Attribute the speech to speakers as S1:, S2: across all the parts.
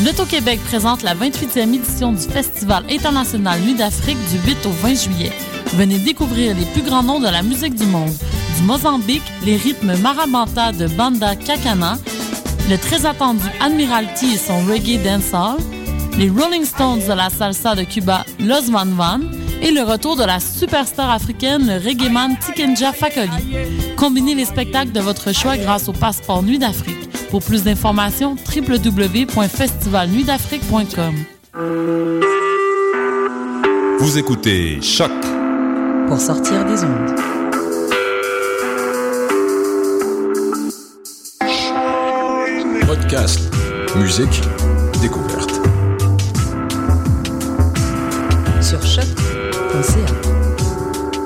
S1: Hydro-Québec présente la 28e édition du Festival international Nuit d'Afrique du 8 au 20 juillet. Venez découvrir les plus grands noms de la musique du monde. Du Mozambique, les rythmes marabanta de Banda Kakana, le très attendu Admiralty et son reggae dancehall, les Rolling Stones de la salsa de Cuba, Los Van Van, et le retour de la superstar africaine, le reggaeman Tikenja Fakoli. Combinez les spectacles de votre choix grâce au passeport Nuit d'Afrique. Pour plus d'informations, www.festivalnuitdafrique.com.
S2: Vous écoutez Choc
S3: pour sortir des ondes.
S2: Podcast, musique, découverte.
S3: Sur choc.ca.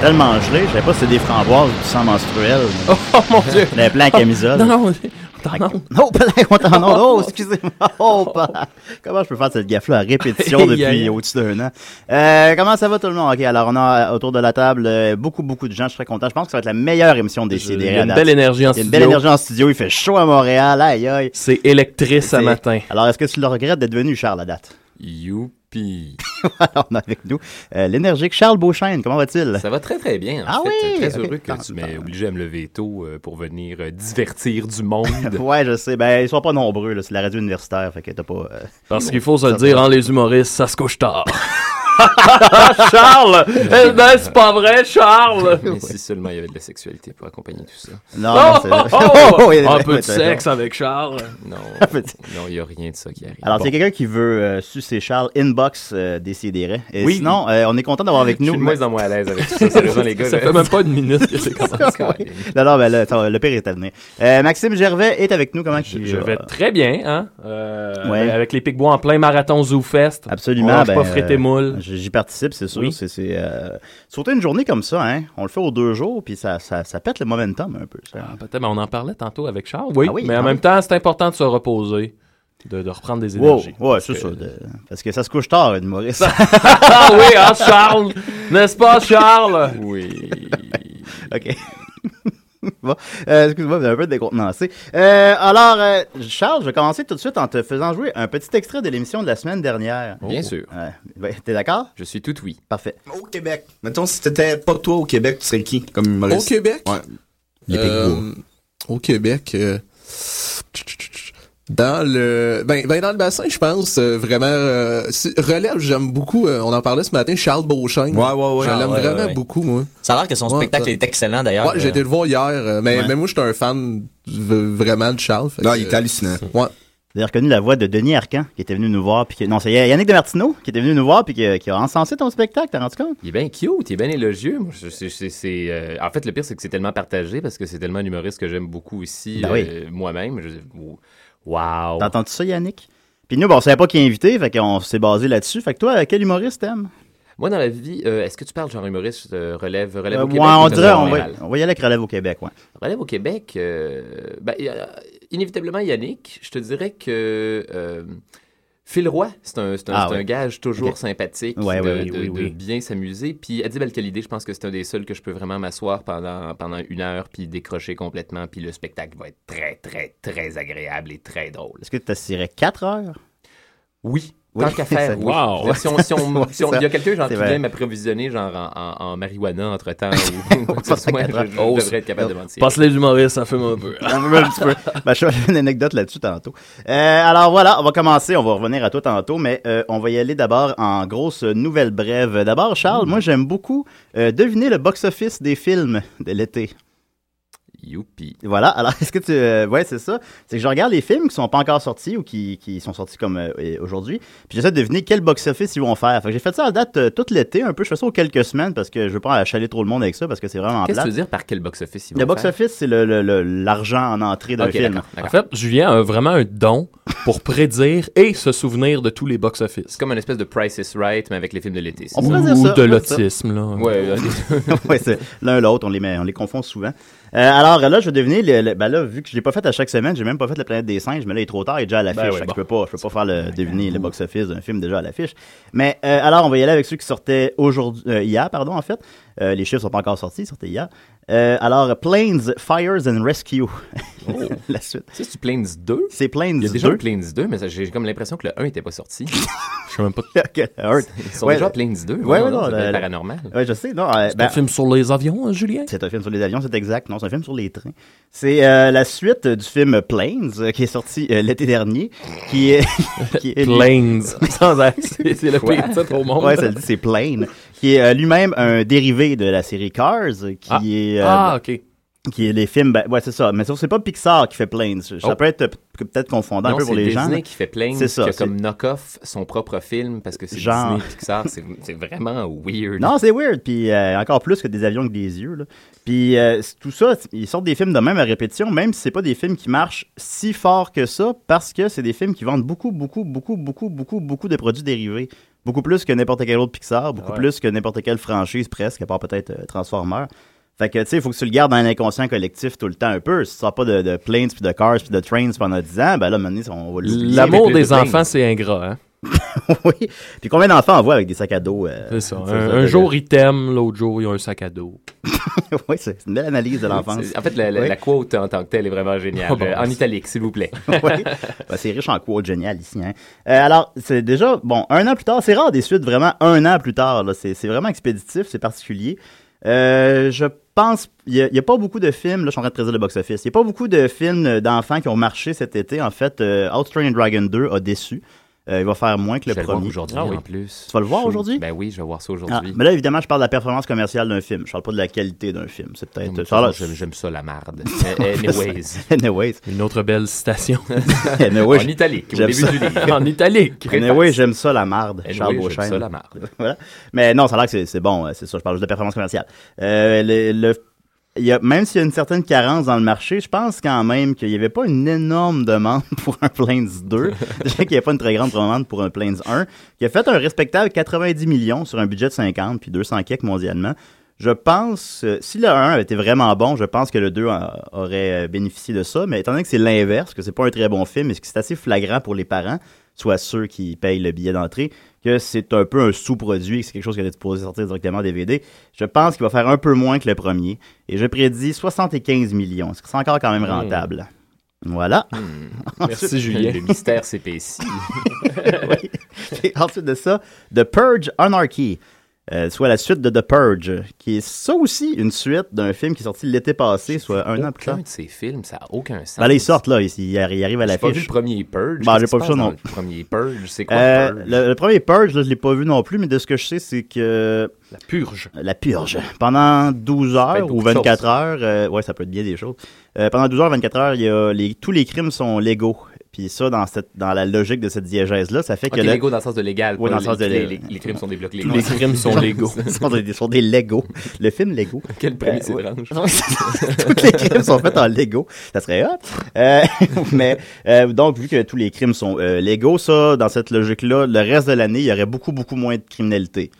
S4: tellement gelé, je sais pas si c'est des framboises ou du sang menstruel.
S5: Oh, mon dieu!
S4: Les plans camisole.
S5: Non, non, on t'en
S4: Non, on t'en Oh, excusez-moi. Oh, comment je peux faire cette gaffe-là à répétition depuis au-dessus d'un an? Euh, comment ça va tout le monde? OK, alors on a autour de la table euh, beaucoup, beaucoup de gens. Je suis très content. Je pense que ça va être la meilleure émission des
S5: Il y a une belle énergie en
S4: Il y a
S5: studio.
S4: une belle énergie en studio. Il fait chaud à Montréal. Aïe, aïe.
S5: C'est électrique ce
S4: C'est-
S5: matin.
S4: Alors, est-ce que tu le regrettes d'être venu, Charles, à date?
S6: Youpi!
S4: Alors, on a avec nous euh, l'énergique Charles Beauchesne. Comment va-t-il?
S6: Ça va très très bien. En
S4: Ah
S6: fait,
S4: oui!
S6: Très
S4: Ok,
S6: heureux
S4: tant-
S6: que tu m'aies obligé à me lever tôt euh, pour venir euh, divertir du monde.
S4: Ouais, je sais. Ben, ils sont pas nombreux. là. C'est la radio universitaire. Fait que t'as pas. euh,
S5: Parce qu'il faut se le dire, hein, les humoristes, ça se couche tard. Charles! Eh ben, c'est pas vrai, Charles!
S6: Mais si seulement il y avait de la sexualité pour accompagner tout ça.
S4: Ah Non,
S5: Oh,
S4: non, c'est vrai.
S5: oh,
S4: Oh,
S5: oh!
S4: oh, il y a-
S5: Un peu de
S4: ouais, t'as-
S5: sexe avec Charles.
S6: Non,
S4: petit-
S6: non, il n'y a rien de ça qui arrive.
S4: Ah, Alors, s'il y
S6: Bon.
S4: a quelqu'un qui veut euh, sucer Charles, inbox euh, Décideret. Et
S6: Oui.
S4: sinon, euh, on est content d'avoir avec
S6: je
S4: nous.
S6: suis de moins en moins à l'aise avec tout ça. Sérieusement, les gars.
S5: Ça
S6: là.
S5: fait même pas une minute que c'est commencé.
S6: Colin.
S4: Non, non, ben, là, attends, le pire est à venir. Euh, Maxime Gervais est avec nous. Comment
S5: Je,
S4: qu'il
S5: je
S4: va?
S5: vais très bien, hein? euh,
S4: Ouais.
S5: Avec les pics-bois en plein marathon Zoo Fest.
S4: Absolument.
S5: On mange
S4: ben,
S5: pas frites et moules.
S4: euh, J'y participe, c'est sûr.
S5: Oui.
S4: C'est, c'est, euh, Sauter une journée comme ça, hein, on le fait aux deux jours, puis ça, ça, ça pète le momentum un peu. ça.
S5: Ah,
S7: Ben,
S5: peut-être, mais on en parlait tantôt avec Charles. Oui,
S4: Ah oui,
S5: mais en
S4: ah
S5: même
S4: oui.
S5: temps, c'est important de se reposer, de, de reprendre des
S4: Wow,
S5: énergies.
S4: ouais, c'est ça. de- Parce que ça se couche tard, une Maurice.
S5: Ah oui, hein, Charles! N'est-ce pas, Charles?
S6: Oui.
S4: OK. bon, euh, excuse-moi, vous avez un peu décontenancé. Euh, alors, euh, Charles, je vais commencer tout de suite en te faisant jouer un petit extrait de l'émission de la semaine dernière.
S5: Oh.
S6: Bien sûr.
S4: Ouais. Ouais, T'es d'accord?
S6: Je suis tout oui.
S4: Parfait.
S8: Au Québec. Mettons, si t'étais pas toi au Québec, tu serais qui comme
S9: Au
S8: humoriste?
S9: Québec?
S8: Ouais. Les
S9: Euh,
S8: Pigbois.
S9: au Québec, euh, dans le ben, ben dans le bassin, je pense euh, vraiment euh, si- relève. J'aime beaucoup. euh, on en parlait ce matin. Charles Beauchamp.
S8: Ouais, ouais, ouais.
S9: Je l'aime
S8: Ah, ouais,
S9: vraiment
S8: ouais.
S9: beaucoup, moi.
S7: Ça a l'air que son
S9: Ouais,
S7: spectacle
S9: ça-
S7: est excellent d'ailleurs.
S9: Ouais, j'ai été le voir hier, euh, mais, mais moi, j'étais un fan v- vraiment de Charles. fait
S8: Non,
S9: que,
S8: il est hein. hallucinant.
S9: ouais.
S4: Vous avez reconnu la voix de Denis Arcan qui était venu nous voir. Puis que... Non, c'est Yannick Demartino qui était venu nous voir puis qui, qui a encensé ton spectacle, t'as rendu compte?
S6: Il est bien cute, il est bien élogieux. Moi, je- c'est- c'est- c'est, euh, En fait, le pire, c'est que c'est tellement partagé parce que c'est tellement un humoriste que j'aime beaucoup aussi
S4: Ben oui.
S6: euh, moi-même. Je- Wow!
S4: T'as entendu ça, Yannick? Puis nous, bon, on savait pas qui inviter, fait qu'on s'est basé là-dessus. Fait que toi, euh, quel humoriste t'aimes?
S6: Moi, dans la vie, euh, est-ce que tu parles genre humoriste, euh, relève, relève
S4: Euh,
S6: au Québec?
S4: ouais,
S6: ou
S4: on
S6: t'as
S4: dirait,
S6: parlé à
S4: on va,
S6: Montréal?
S4: on va y aller avec Relève au Québec, ouais.
S6: Relève au Québec, euh, ben, euh, inévitablement, Yannick, je te dirais que euh, Phil Roy, c'est un, c'est un-
S4: Ah,
S6: c'est un
S4: ouais.
S6: gage toujours
S4: Ok.
S6: sympathique
S4: Ouais,
S6: de,
S4: ouais,
S6: de-
S4: oui,
S6: de
S4: oui, oui.
S6: bien s'amuser. Puis Adib Al-Khalidé, je pense que c'est un des seuls que je peux vraiment m'asseoir pendant, pendant une heure puis décrocher complètement. Puis le spectacle va être très, très, très agréable et très drôle.
S4: Est-ce que tu assirais 4 heures?
S6: Oui.
S4: Oui,
S6: Tant qu'à faire,
S4: c'est-
S6: oui.
S5: Wow.
S6: Si on- si on-
S4: Ouais,
S6: si on-
S4: ça.
S6: il y a quelqu'un genre,
S4: C'est
S6: qui
S4: vrai.
S6: vient m'approvisionner genre en, en- en marijuana entre-temps ou quoi que ce soit, je, je
S5: Oh,
S6: devrais être capable de mentir.
S5: Parce que les humoristes, ça fume un peu.
S4: Un peu, un petit peu. Ben, je fais une anecdote là-dessus tantôt. Euh, alors voilà, on va commencer, on va revenir à toi tantôt, mais euh, on va y aller d'abord en grosse nouvelle brève. D'abord, Charles, moi j'aime beaucoup euh, deviner le box-office des films de l'été.
S6: Youpi.
S4: Voilà. Alors, est-ce que tu. euh, ouais, c'est ça. C'est que je regarde les films qui sont pas encore sortis ou qui, qui sont sortis comme euh, euh, aujourd'hui. Puis j'essaie de deviner quel box-office ils vont faire. Fait que j'ai fait ça à date euh, tout l'été, un peu. Je fais ça aux quelques semaines parce que je veux pas achaler trop le monde avec ça parce que c'est vraiment
S6: Qu'est-ce
S4: plat.
S6: que tu veux dire par quel box-office ils
S4: Le
S6: vont faire?
S4: box-office, c'est l'argent le, le- l'argent en entrée d'un
S6: Ok,
S4: film.
S6: d'accord, d'accord.
S7: En fait, Julien a vraiment un don pour prédire et se souvenir de tous les box-office.
S6: C'est comme une espèce de Price is Right, mais avec les films de l'été. c'est
S4: On
S6: ça?
S4: pourrait
S7: Ou
S4: dire ça,
S7: de
S4: on pourrait dire ça.
S7: l'autisme, là.
S6: Ouais, euh, ok.
S4: ouais, c'est l'un l'autre, on les met- on les confond souvent. Euh, alors là, je vais deviner, le, le- ben là, vu que je l'ai pas fait à chaque semaine, j'ai même pas fait la planète des singes, mais là, il est trop tard, il est déjà à l'affiche.
S7: Ben ouais,
S4: fait que
S7: bon.
S4: Je peux pas, je peux pas faire le, deviner le box-office d'un film déjà à l'affiche. Mais euh, alors, on va y aller avec ceux qui sortaient aujourd'hui, euh, hier, pardon, en fait. Euh, les chiffres sont pas encore sortis, ils sortaient hier. Euh, alors, Planes, Fires and Rescue. la suite.
S6: Ça, c'est Planes 2?
S4: C'est Planes
S6: Oh. Il y a déjà
S4: 2.
S6: un Planes 2, mais ça- j'ai comme l'impression que le 1 était pas sorti.
S7: Je sais même pas.
S4: Ok, alright.
S6: Ils sont
S4: Ouais,
S6: déjà à
S4: le-
S6: Planes 2.
S4: Ouais, ouais, non,
S6: ça doit
S4: le-
S6: être
S4: le-
S6: paranormal.
S4: Ouais, je sais, non. euh,
S7: C'est
S4: ben,
S7: un film sur les avions, hein, Julien?
S4: C'est un film sur les avions, c'est exact. Non, c'est un film sur les trains. C'est euh, la suite euh, du film Planes euh, qui est sorti euh, l'été dernier, qui est qui est-
S7: Planes. Sans axe. C'est c'est le pire titre au monde.
S4: Ouais, ça le dit, c'est Plane, qui est euh, lui-même un dérivé de la série Cars, euh, qui
S7: Ah.
S4: est euh,
S7: Ah, OK.
S4: qui est les films. ben, ouais, c'est ça. Mais sauf que c'est pas Pixar qui fait Planes. Ça
S7: Oh.
S4: peut être euh, p- peut-être confondant un
S6: Non,
S4: peu
S6: c'est
S4: pour les gens.
S6: Disney
S4: là.
S6: qui fait Planes,
S4: C'est ça,
S6: qui a
S4: c'est-
S6: comme knock-off son propre film, parce que c'est
S4: Genre.
S6: Disney Pixar. C'est c'est vraiment weird.
S4: Non, c'est weird. Puis euh, encore plus que des avions que des yeux. Là. Puis euh, c'est- tout ça, c'est- ils sortent des films de même à répétition, même si c'est pas des films qui marchent si fort que ça, parce que c'est des films qui vendent beaucoup, beaucoup, beaucoup, beaucoup, beaucoup, beaucoup de produits dérivés. Beaucoup plus que n'importe quel autre Pixar, beaucoup plus que n'importe quelle franchise presque, à part peut-être euh, Transformers. Fait que, tu sais, il faut que tu le gardes dans l'inconscient collectif tout le temps un peu. Si tu sors pas de, de planes, puis de cars, puis de trains pendant 10 ans, ben là, maintenant, on va l'oublier.
S7: L'amour
S6: avec les
S7: des
S6: deux
S7: enfants,
S6: planes.
S7: c'est ingrat, hein?
S4: oui. Puis combien d'enfants on voit avec des sacs à dos? euh,
S7: C'est ça.
S4: tu sais,
S7: Un,
S4: ça
S7: un
S4: fait-
S7: jour, ils t'aiment, l'autre jour, ils ont un sac à dos.
S4: oui, c'est c'est une belle analyse de l'enfance. Oh,
S6: C'est- En fait, la, la-
S4: Oui.
S6: la quote en tant que telle est vraiment géniale.
S7: Ah bon.
S6: Euh, en italique, s'il vous plaît.
S4: Ouais. Ben, c'est riche en quotes génial ici. hein. Euh, alors, c'est déjà, bon, un an plus tard, c'est rare des suites vraiment un an plus tard. là. C'est c'est vraiment expéditif, c'est particulier. Euh, je pense, il n'y a, il y a pas beaucoup de films, là je suis en train de traiter le box-office, il n'y a pas beaucoup de films euh, d'enfants qui ont marché cet été. En fait, euh, Out Train Dragon 2 a déçu. Euh, il va faire moins que
S6: Je
S4: le
S6: vais le voir
S4: premier.
S6: aujourd'hui,
S7: Ah oui.
S6: en plus.
S4: Tu vas le voir
S6: Shoot.
S4: aujourd'hui?
S6: Ben oui, je vais voir ça
S4: Ah,
S6: aujourd'hui.
S4: mais là, évidemment, je parle de la performance commerciale d'un film. Je parle pas de la qualité d'un film. C'est
S6: Non, mais
S4: peut-être...
S6: de toute
S4: ça, là,
S6: façon, J'aime j'aime ça, la marde. Euh, Anyways.
S4: Anyways.
S7: Une autre belle citation
S4: Anyway,
S6: en italique, au
S4: j'aime
S6: début
S4: ça.
S6: du livre.
S7: en italique.
S4: anyway, j'aime ça la marde,
S6: Anyway,
S4: Charles
S6: j'aime
S4: Beauchamp.
S6: ça, la marde.
S4: voilà. Mais non, ça a l'air que c'est- c'est bon, euh, c'est ça. Je parle juste de performance commerciale. Euh, le, le- il y a, même s'il y a une certaine carence dans le marché, je pense quand même qu'il n'y avait pas une énorme demande pour un Planes 2. Déjà qu'il n'y avait pas une très grande demande pour un Planes 1. qui a fait un respectable 90 millions sur un budget de 50 puis 200 quelques mondialement. Je pense, euh, si le 1 avait été vraiment bon, je pense que le 2 a- aurait euh, bénéficié de ça. Mais étant donné que c'est l'inverse, que c'est pas un très bon film, et que c'est assez flagrant pour les parents, soit ceux qui payent le billet d'entrée, que c'est un peu un sous-produit, que c'est quelque chose qui est supposé sortir directement en DVD, je pense qu'il va faire un peu moins que le premier. Et je prédis 75 millions, ce qui est encore quand même
S6: Hmm.
S4: rentable. Voilà.
S7: Merci, Julien.
S6: Le mystère s'épaissit. Hmm.
S4: Et ensuite de ça, The Purge Anarchy, euh, soit la suite de The Purge, qui est ça aussi une suite d'un film qui est sorti l'été passé, soit un an plus tard.
S6: Aucun de ces films, ça n'a aucun sens.
S4: Ben là, ils sortent, là, ils, ils arri- ils arrivent à
S6: J'ai pas vu
S4: l'affiche.
S6: le premier Purge.
S4: Ben,
S6: Qu'est-ce
S4: j'ai
S6: qui
S4: pas
S6: se
S4: vu ça
S6: passe
S4: non
S6: dans Le premier Purge, c'est quoi
S4: Euh,
S6: Purge?
S4: le, le premier Purge, là, je l'ai pas vu non plus, mais de ce que je sais, c'est que
S7: La purge.
S4: la purge. Pendant 12
S6: peut être
S4: heures ou
S6: beaucoup de
S4: 24 heures, euh, ouais, ça peut être bien des choses. Euh, pendant 12 heures, 24 heures, il y a les, tous les crimes sont légaux. Puis ça, dans, cette, dans la logique de cette diégèse-là, ça fait
S6: Ok,
S4: que là,
S6: Lego dans le sens de légal.
S4: Oui,
S6: pas
S4: dans le sens de
S6: les,
S4: légal.
S6: les- les crimes sont des blocs légaux.
S4: tous les crimes sont légaux. sont des, sont des légaux. Le film Lego.
S6: Quelle prémisse
S4: Euh, ouais.
S6: étrange.
S4: tous les crimes sont faits en Lego. Ça serait hot. Euh, mais euh, donc, vu que tous les crimes sont euh, légaux, ça, dans cette logique-là, le reste de l'année, il y aurait beaucoup, beaucoup moins de criminalité.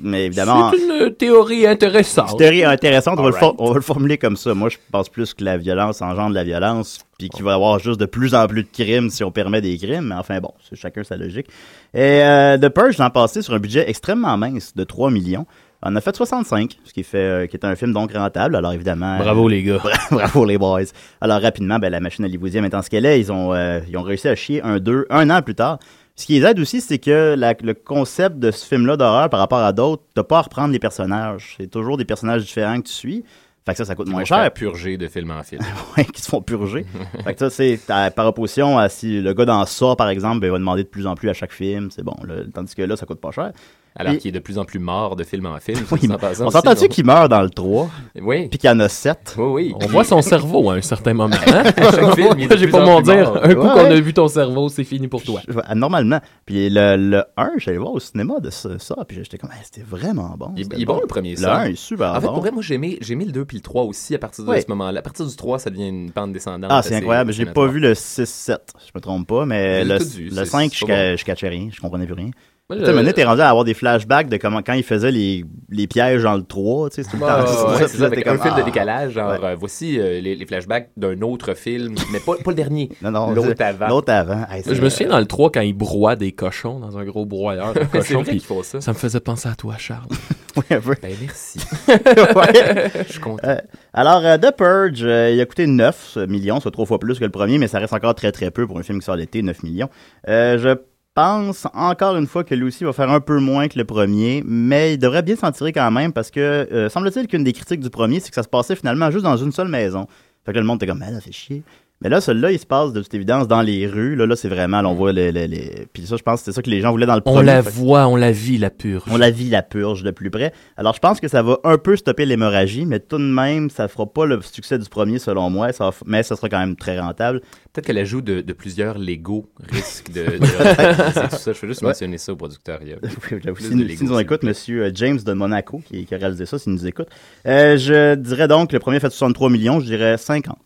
S4: Mais évidemment,
S7: C'est une euh, théorie intéressante.
S4: théorie intéressante, on va, le for-
S6: Alright.
S4: on va le formuler comme ça. Moi, je pense plus que la violence engendre la violence, puis qu'il va y avoir juste de plus en plus de crimes si on permet des crimes. Mais enfin, bon, c'est chacun sa logique. Et euh, The Purge, l'an passé, sur un budget extrêmement mince de 3 millions, on a fait 65, ce qui fait euh, qui est un film donc rentable. Alors évidemment, euh,
S7: Bravo, les gars.
S4: Bravo les boys. Alors rapidement, ben, la machine hollywoodienne étant ce qu'elle est, ils ont, euh, ils ont réussi à chier un, deux, un an plus tard. Ce qui les aide aussi, c'est que la- le concept de ce film-là d'horreur par rapport à d'autres, t'as pas à reprendre les personnages. C'est toujours des personnages différents que tu suis. Fait que ça, ça coûte moins
S6: On va
S4: cher,
S6: faire purger de film en film.
S4: ouais, qui se font purger. fait que ça, c'est à- par opposition à si le gars dans ça, par exemple, ben, il va demander de plus en plus à chaque film. C'est bon, là. tandis que là, ça coûte pas cher.
S6: alors
S4: Et-
S6: qu'il est de plus en plus mort de film en film.
S4: Oui,
S6: ça, en
S4: mais
S6: passant,
S4: On
S6: c'est-
S4: s'entend-tu qu'il meurt dans le 3,
S6: Oui,
S4: puis qu'il y en a 7?
S6: oui, oui.
S7: On voit son cerveau à un certain moment. hein?
S6: À chaque film, il est de
S7: J'ai
S6: plus
S7: pas
S6: en
S7: mon
S6: plus
S7: dire.
S6: mort.
S7: Un coup
S4: Ouais.
S7: qu'on a vu ton cerveau, c'est fini pour toi.
S4: Je- Normalement. Puis le, le 1, j'allais voir au cinéma de ce- ça, puis j'étais comme, Hey, c'était vraiment bon.
S6: Il est-
S4: c'était
S6: il est bon, le premier,
S4: Le
S6: ça.
S4: 1 est super
S6: En fait,
S4: Ah, bon.
S6: pour vrai, moi, j'ai aimé, j'ai aimé le 2 puis le 3 aussi à partir de
S4: Oui.
S6: ce moment-là. À partir du 3, ça devient une pente descendante.
S4: ah, c'est
S6: assez-
S4: incroyable. J'ai
S6: assez
S4: pas
S6: notoire.
S4: vu le 6-7, je me trompe pas, mais
S6: Je l'ai
S4: le,
S6: tout vu,
S4: le
S6: c'est-
S4: 5,
S6: c'est
S4: je, ca-
S6: pas bon. Euh,
S4: je catchais rien, je comprenais plus rien.
S7: Moi,
S4: Tu sais,
S7: je-
S4: maintenant, t'es rendu à avoir des flashbacks de comment, quand il faisait les, les pièges dans le 3, tu sais, c'est tout le temps-
S6: Ouais,
S4: c'est
S6: Bah, ouais,
S4: ça,
S6: c'est
S4: puis
S6: ça,
S4: là,
S6: avec
S4: t'es
S6: un
S4: comme,
S6: film de
S4: Ah.
S6: décalage, genre
S4: Ouais.
S6: euh, voici euh, les, les flashbacks d'un autre film, mais pas, pas le dernier,
S4: Non, non,
S6: l'autre
S4: c'est-
S6: avant.
S4: L'autre avant. Hey, c'est-
S7: Je me souviens dans le 3 quand il broie des cochons dans un gros broyeur de
S6: Ouais, C'est
S7: cochons.
S6: vrai
S7: puis
S6: qu'il faut ça.
S7: ça me faisait penser à toi, Charles.
S4: Oui, un peu.
S6: Ben merci,
S4: Ouais.
S6: je suis content.
S4: Euh, alors, euh, The Purge, euh, il a coûté 9 millions, soit trois fois plus que le premier, mais ça reste encore très très peu pour un film qui sort l'été, 9 millions. Euh, je pense encore une fois que lui aussi va faire un peu moins que le premier, mais il devrait bien s'en tirer quand même parce que euh, semble-t-il qu'une des critiques du premier, c'est que ça se passait finalement juste dans une seule maison. Fait que là, le monde était comme, mais là, c'est chier. Mais là, celui-là, il se passe de toute évidence dans les rues. Là, là c'est vraiment, là, on voit les, les, les- Puis ça, je pense que c'est ça que les gens voulaient dans le premier.
S7: Mm. On la
S4: Fait que-
S7: voit, on la vit, la purge.
S4: on la vit la purge de plus près. Alors je pense que ça va un peu stopper l'hémorragie, mais tout de même, ça fera pas le succès du premier selon moi, ça va f- mais ça sera quand même très rentable.
S6: Peut-être que l'ajout de, de plusieurs Lego risque de, de rentabiliser tout ça. Je veux juste
S4: Ouais.
S6: mentionner ça au producteur. Il y a
S4: Oui, j'avoue,
S6: plus
S4: si
S6: de
S4: nous,
S6: Lego,
S4: si nous en
S6: s'il vous
S4: écoute,
S6: plaît.
S4: monsieur euh, James de Monaco, qui, qui a réalisé ça, s'il nous écoute. Euh, je dirais donc que le premier fait 63 millions, je dirais 50.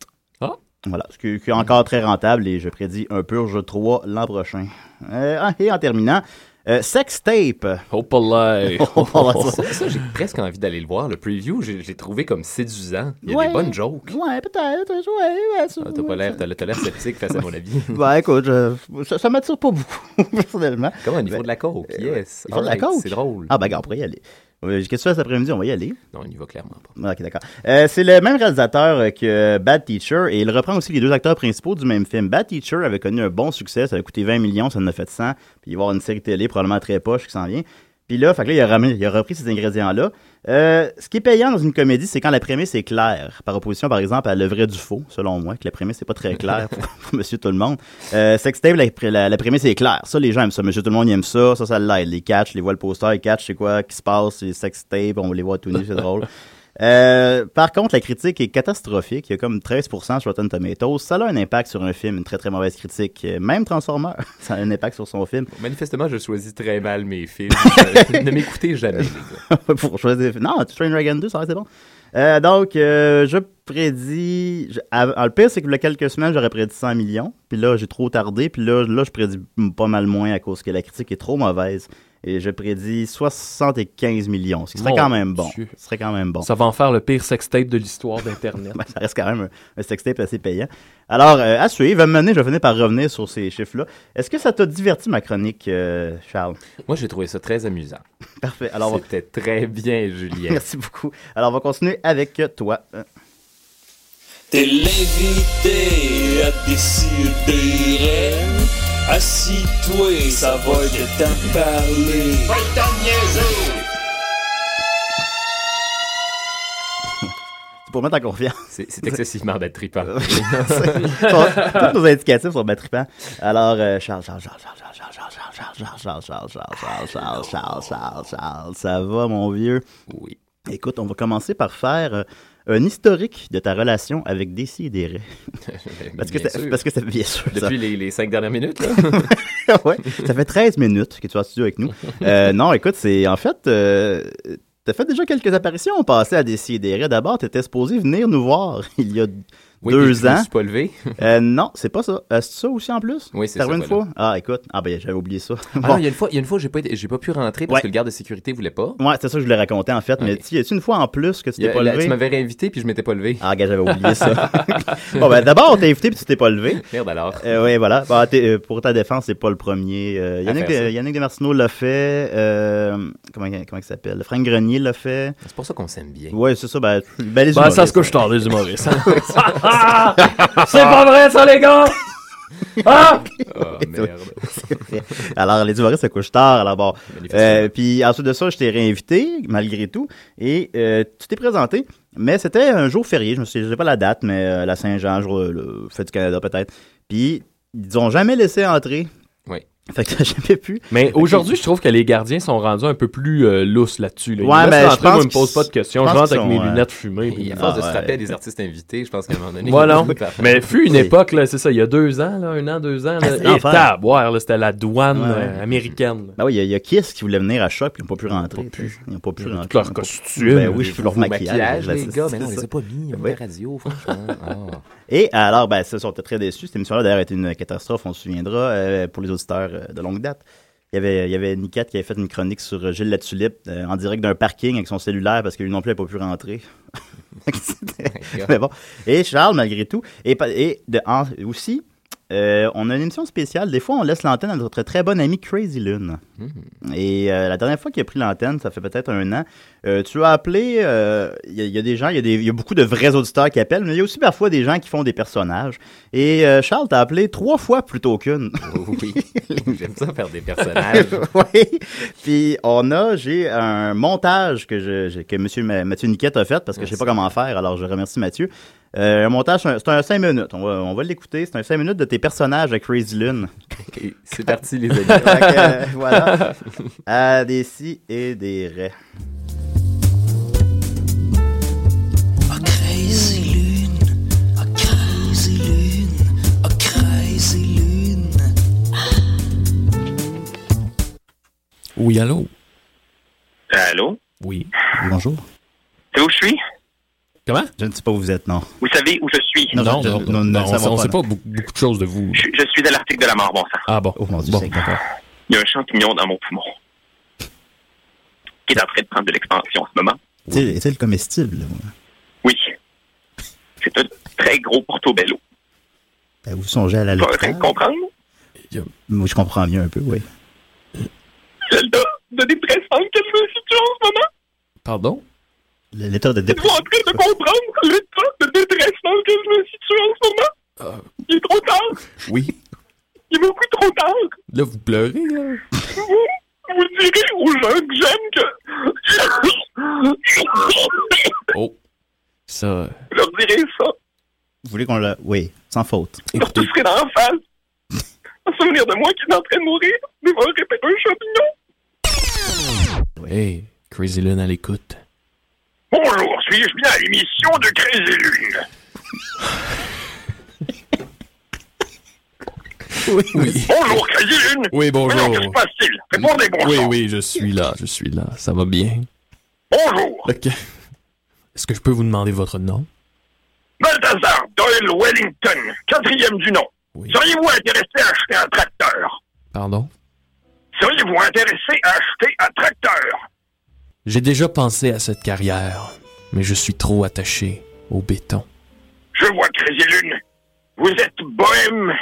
S7: Ah.
S4: Voilà, ce qui, qui est encore très rentable et je prédis un purge 3 l'an prochain. Euh, ah, et en terminant, euh, Sex Tape.
S7: Hope alive.
S4: On va voir ça.
S6: Ça, ça, j'ai presque envie d'aller le voir. Le preview, j'ai j'ai trouvé comme séduisant. Il y a
S4: Ouais.
S6: des bonnes jokes.
S4: Ouais, peut-être, ouais, ouais. ça-
S6: Ah, T'as pas l'air, t'as t'as l'air sceptique face à mon avis.
S4: Bah écoute, je- ça, ça m'attire pas beaucoup, personnellement.
S6: Comme au niveau
S4: Ben,
S6: de la coke, yes.
S4: il faut de la
S6: Alright,
S4: coke.
S6: C'est drôle.
S4: Ah, ben, regarde, on pourrait y aller. Euh, Qu'est-ce que tu fais cet après-midi? On va y aller.
S6: Non, il n'y va clairement pas.
S4: Ah, Ok, d'accord. Euh, c'est le même réalisateur euh, que Bad Teacher et il reprend aussi les deux acteurs principaux du même film. Bad Teacher avait connu un bon succès, ça avait coûté 20 millions, ça en a fait 100. Puis il va y avoir une série télé probablement très poche qui s'en vient. Puis là, fait que là, il, a ramené- il a repris ces ingrédients-là. Euh, ce qui est payant dans une comédie, c'est quand la prémisse est claire. Par opposition, par exemple, à Le Vrai du Faux, selon moi, que la prémisse n'est pas très claire pour, pour Monsieur Tout-le-Monde. Euh, Sextape, la, pré- la- la prémisse est claire. Ça, les gens aiment ça. Monsieur Tout-le-Monde, il aime ça. Ça, ça l'aide. Les catchs, les voit le poster, les catchs, c'est quoi qui se passe, les sextapes, on les voit tout nus, c'est drôle. Euh, par contre, la critique est catastrophique. Il y a comme 13% sur Rotten Tomatoes. Ça a un impact sur un film, une très très mauvaise critique. Euh, Même Transformers, ça a un impact sur son film.
S6: Manifestement, je choisis très mal mes films. Euh, ne m'écoutez jamais, les gars.
S4: pour choisir. Non, Train Dragon 2, ça aurait été bon. Euh, donc, euh, je prédis. je- à- à- le pire, c'est que il y a quelques semaines, j'aurais prédit 100 millions. Puis là, j'ai trop tardé. Puis là, là, je prédis m- pas mal moins à cause que la critique est trop mauvaise. Et je prédis 75 millions, ce qui serait
S7: Mon
S4: quand même bon.
S7: Dieu.
S4: Ce serait quand même bon.
S7: Ça va en faire le pire sextape de l'histoire d'Internet.
S4: Ben, ça reste quand même un, un sextape assez payant. Alors, euh, à suivre, à un moment donné, je vais finir par revenir sur ces chiffres-là. Est-ce que ça t'a diverti ma chronique, euh, Charles?
S6: Moi, j'ai trouvé ça très amusant.
S4: Parfait. Alors, on va-
S6: C'était très bien, Julien.
S4: merci beaucoup. Alors, on va continuer avec toi. Euh,
S10: T'es l'invité à décider. Assis-toi, ça va de t'en parler. Va t'en
S4: c'est pour mettre en confiance.
S6: C'est c'est excessivement batterie
S4: Euh, C'est- sont- tous nos indicatifs sont battripants. Alors, euh, Charles, Charles, Charles, Charles, Charles, Charles, Charles, Charles, Charles, Charles, Charles, Charles, Charles, Charles, Charles, Charles, Charles, ça va, mon vieux?
S6: Oui.
S4: Écoute, on va commencer par faire euh, un historique de ta relation avec Décidéré. Parce que,
S6: Bien
S4: ça-
S6: sûr.
S4: parce que ça, bien sûr, ça-
S6: Depuis les, les cinq dernières minutes, là.
S4: Ah ouais, ça fait 13 minutes que tu es en studio avec nous. Euh, non, écoute, c'est en fait, euh, t'as fait déjà quelques apparitions passées à Décidéré. D'abord, t'étais supposé venir nous voir il y a
S6: Oui,
S4: Deux
S6: puis je me
S4: ans.
S6: suis pas levé.
S4: Euh, non, c'est pas ça. Euh, c'est ça aussi en plus?
S6: Oui, c'est
S4: T'as
S6: ça,
S4: revu une
S6: voilà.
S4: fois? Ah, écoute. Ah, ben, j'avais oublié ça.
S6: Ah
S4: Bon.
S6: non, il y a une fois, il y a une fois, j'ai pas, été- j'ai pas pu rentrer parce
S4: Ouais.
S6: que le garde de sécurité voulait pas.
S4: Ouais, c'est ça que je voulais raconter, en fait. Mais
S6: Ok.
S4: tu y a-tu une fois en plus que tu
S6: Ah, Il y
S4: t'es
S6: a-
S4: pas
S6: la-
S4: levé?
S6: tu m'avais réinvité puis je m'étais pas levé.
S4: Ah, gars, j'avais oublié ça. bon, ben, d'abord, on t'a invité puis tu t'es pas levé.
S6: Merde alors.
S4: Euh, oui, voilà. Bah, t'es- euh, pour ta défense, c'est pas le premier. Euh, Yannick,
S6: faire
S4: de,
S6: ça.
S4: Yannick Desmartineaux l'a fait. Euh, comment, comment il s'appelle? Franck Grenier l'a fait.
S6: C'est pour ça qu'on s'aime bien.
S4: Ouais, c'est ça. Ben, ben,
S7: Ben,
S4: les
S7: ça
S4: humoristes.
S7: se couche tard, les humoristes. hein. c'est pas vrai, ça, les gars! Ah!
S6: Ah, merde.
S4: Euh, alors, les humoristes se couchent tard. Alors, bon.
S6: Manifestement.
S4: Euh, puis ensuite de ça, je t'ai réinvité, malgré tout, et euh, tu t'es présenté, mais c'était un jour férié, je me souviens je sais pas la date, mais euh, la Saint-Jean, jour, euh, le Fête du Canada peut-être. Puis ils nous ont jamais laissé entrer.
S6: Oui.
S4: Fait que t'as jamais pu.
S11: Mais aujourd'hui, je trouve que les gardiens sont rendus un peu plus euh, lousses là-dessus. Là. Ils
S4: Ouais,
S11: me
S4: ben,
S11: laissent
S4: je
S11: rentrer, moi,
S4: pense
S11: ils me posent pas de questions.
S4: qu'ils-
S11: Je
S4: je pense
S11: rentre avec mes
S4: qu'ils sont, euh,
S11: lunettes fumées. puis-
S6: Et à force de se
S4: ah, ouais.
S6: frapper à des artistes invités, je pense qu'à un moment donné.
S11: Moi, non.
S6: ils peuvent-
S11: Mais fut une
S6: Oui.
S11: époque, là, c'est ça, il y a deux ans, là, un an, deux ans,
S4: Ah,
S11: là,
S4: euh, c'est
S11: et
S4: l'enfer.
S11: taboire, là, c'était la douane
S4: Ouais.
S11: euh, américaine.
S4: Ben oui, il y a- il y, a Kiss qui voulait venir à Choc, puis ils n'ont pas pu rentrer. tu sais. Ils n'ont pas pu rentrer.
S11: Tout leur
S4: Ils ont pas-
S11: costume.
S4: Ben oui, je fais leur
S6: Vos
S4: maquillage.
S6: maquillages,
S4: là,
S6: les
S4: c'est-
S6: gars,
S4: c'est
S6: mais non, on
S4: ça.
S6: les a pas mis. On
S4: Ouais.
S6: la radio, franchement. Ah.
S4: Et alors, ben, ça, on était très déçus. Cette émission-là, d'ailleurs, était une catastrophe, on se souviendra, euh, pour les auditeurs euh, de longue date. Il y avait, il y avait Nikat qui avait fait une chronique sur euh, Gilles Latulippe euh, en direct d'un parking avec son cellulaire parce que lui non plus n'avait pas pu rentrer. C'était- Mais bon. Et Charles, malgré tout. Et, pa- et de- en- aussi, euh, on a une émission spéciale. Des fois, on laisse l'antenne à notre très bon ami Crazy Lune. Et euh, la dernière fois qu'il a pris l'antenne, ça fait peut-être un an, euh, tu as appelé, euh, il y, a- il y a des gens, il y, a des- il y a beaucoup de vrais auditeurs qui appellent, mais il y a aussi parfois des gens qui font des personnages. Et euh, Charles t'a appelé trois fois plutôt qu'une.
S6: Oui, j'aime ça faire des personnages.
S4: oui. Puis on a, j'ai un montage que, je, je- que Monsieur Ma- Mathieu Niquette a fait parce que je sais pas comment faire, alors je remercie Mathieu. Euh, un montage, c'est un- c'est un 5 minutes. On va, on va l'écouter. C'est un 5 minutes de tes personnages à Crazy Lune.
S6: Et C'est parti, les amis.
S4: Fait que, euh, voilà. À des si et des raies.
S12: Oh crazy lune, oh crazy lune, oh crazy lune.
S5: Ben, Oui, allô?
S13: Allô?
S5: Oui.
S4: Bonjour.
S13: C'est où je suis?
S5: Comment?
S4: Je ne sais pas où vous êtes, non.
S13: Vous savez où je suis?
S5: Non, non,
S13: je,
S5: non,
S4: nous ne
S5: non,
S4: le
S5: on
S4: savons
S5: on
S4: pas,
S5: sait
S4: non.
S5: pas beaucoup, beaucoup de choses de vous.
S13: je suis à l'article de la mort, bon sang.
S5: Ah
S4: Oh,
S5: bon. Bon, d'accord.
S13: Il y a un champignon dans mon poumon qui est en train de prendre de l'expansion en ce moment.
S4: C'est le comestible?
S13: Oui. C'est un très gros portobello.
S4: Ben, vous songez à la
S13: Tu vas
S5: Ah.
S13: arrêter de comprendre?
S4: Moi, je comprends bien un peu, oui.
S13: Zelda, de dépressante que je me situe en ce moment.
S5: Pardon?
S4: L'état de
S13: Êtes-vous
S4: dépression.
S13: en train de comprendre l'état de dépressante que je me situe en ce moment? Il est trop tard.
S5: Ah. Oui.
S13: Il est beaucoup trop tard.
S5: Là, vous pleurez, là?
S13: vous, vous direz aux gens que j'aime que.
S5: Oh. Ça.
S13: Vous leur direz ça.
S4: Vous voulez qu'on le. Oui, sans faute.
S13: Vous leur tousserez dans la face. Un souvenir de moi qui est en train de mourir, dévoré par un champignon.
S5: Hey, Crazy Lune à l'écoute.
S13: Bonjour, suis-je bien à l'émission de Crazy Lune?
S5: Oui, oui.
S13: Bonjour, Crazy Lune.
S5: Oui, bonjour.
S13: Mais non, que se passe-t-il? Répondez, bonjour.
S5: Oui, oui, je suis là, je suis là. Ça va bien.
S13: Bonjour,
S5: Ok. Est-ce que je peux vous demander votre nom?
S13: Balthazar Doyle Wellington, quatrième du nom. Seriez-vous intéressé à acheter un tracteur?
S5: Pardon?
S13: Seriez-vous intéressé à acheter un tracteur?
S5: J'ai déjà pensé à cette carrière, mais je suis trop attaché au béton.
S13: Je vois, Crazy Lune, vous êtes bohème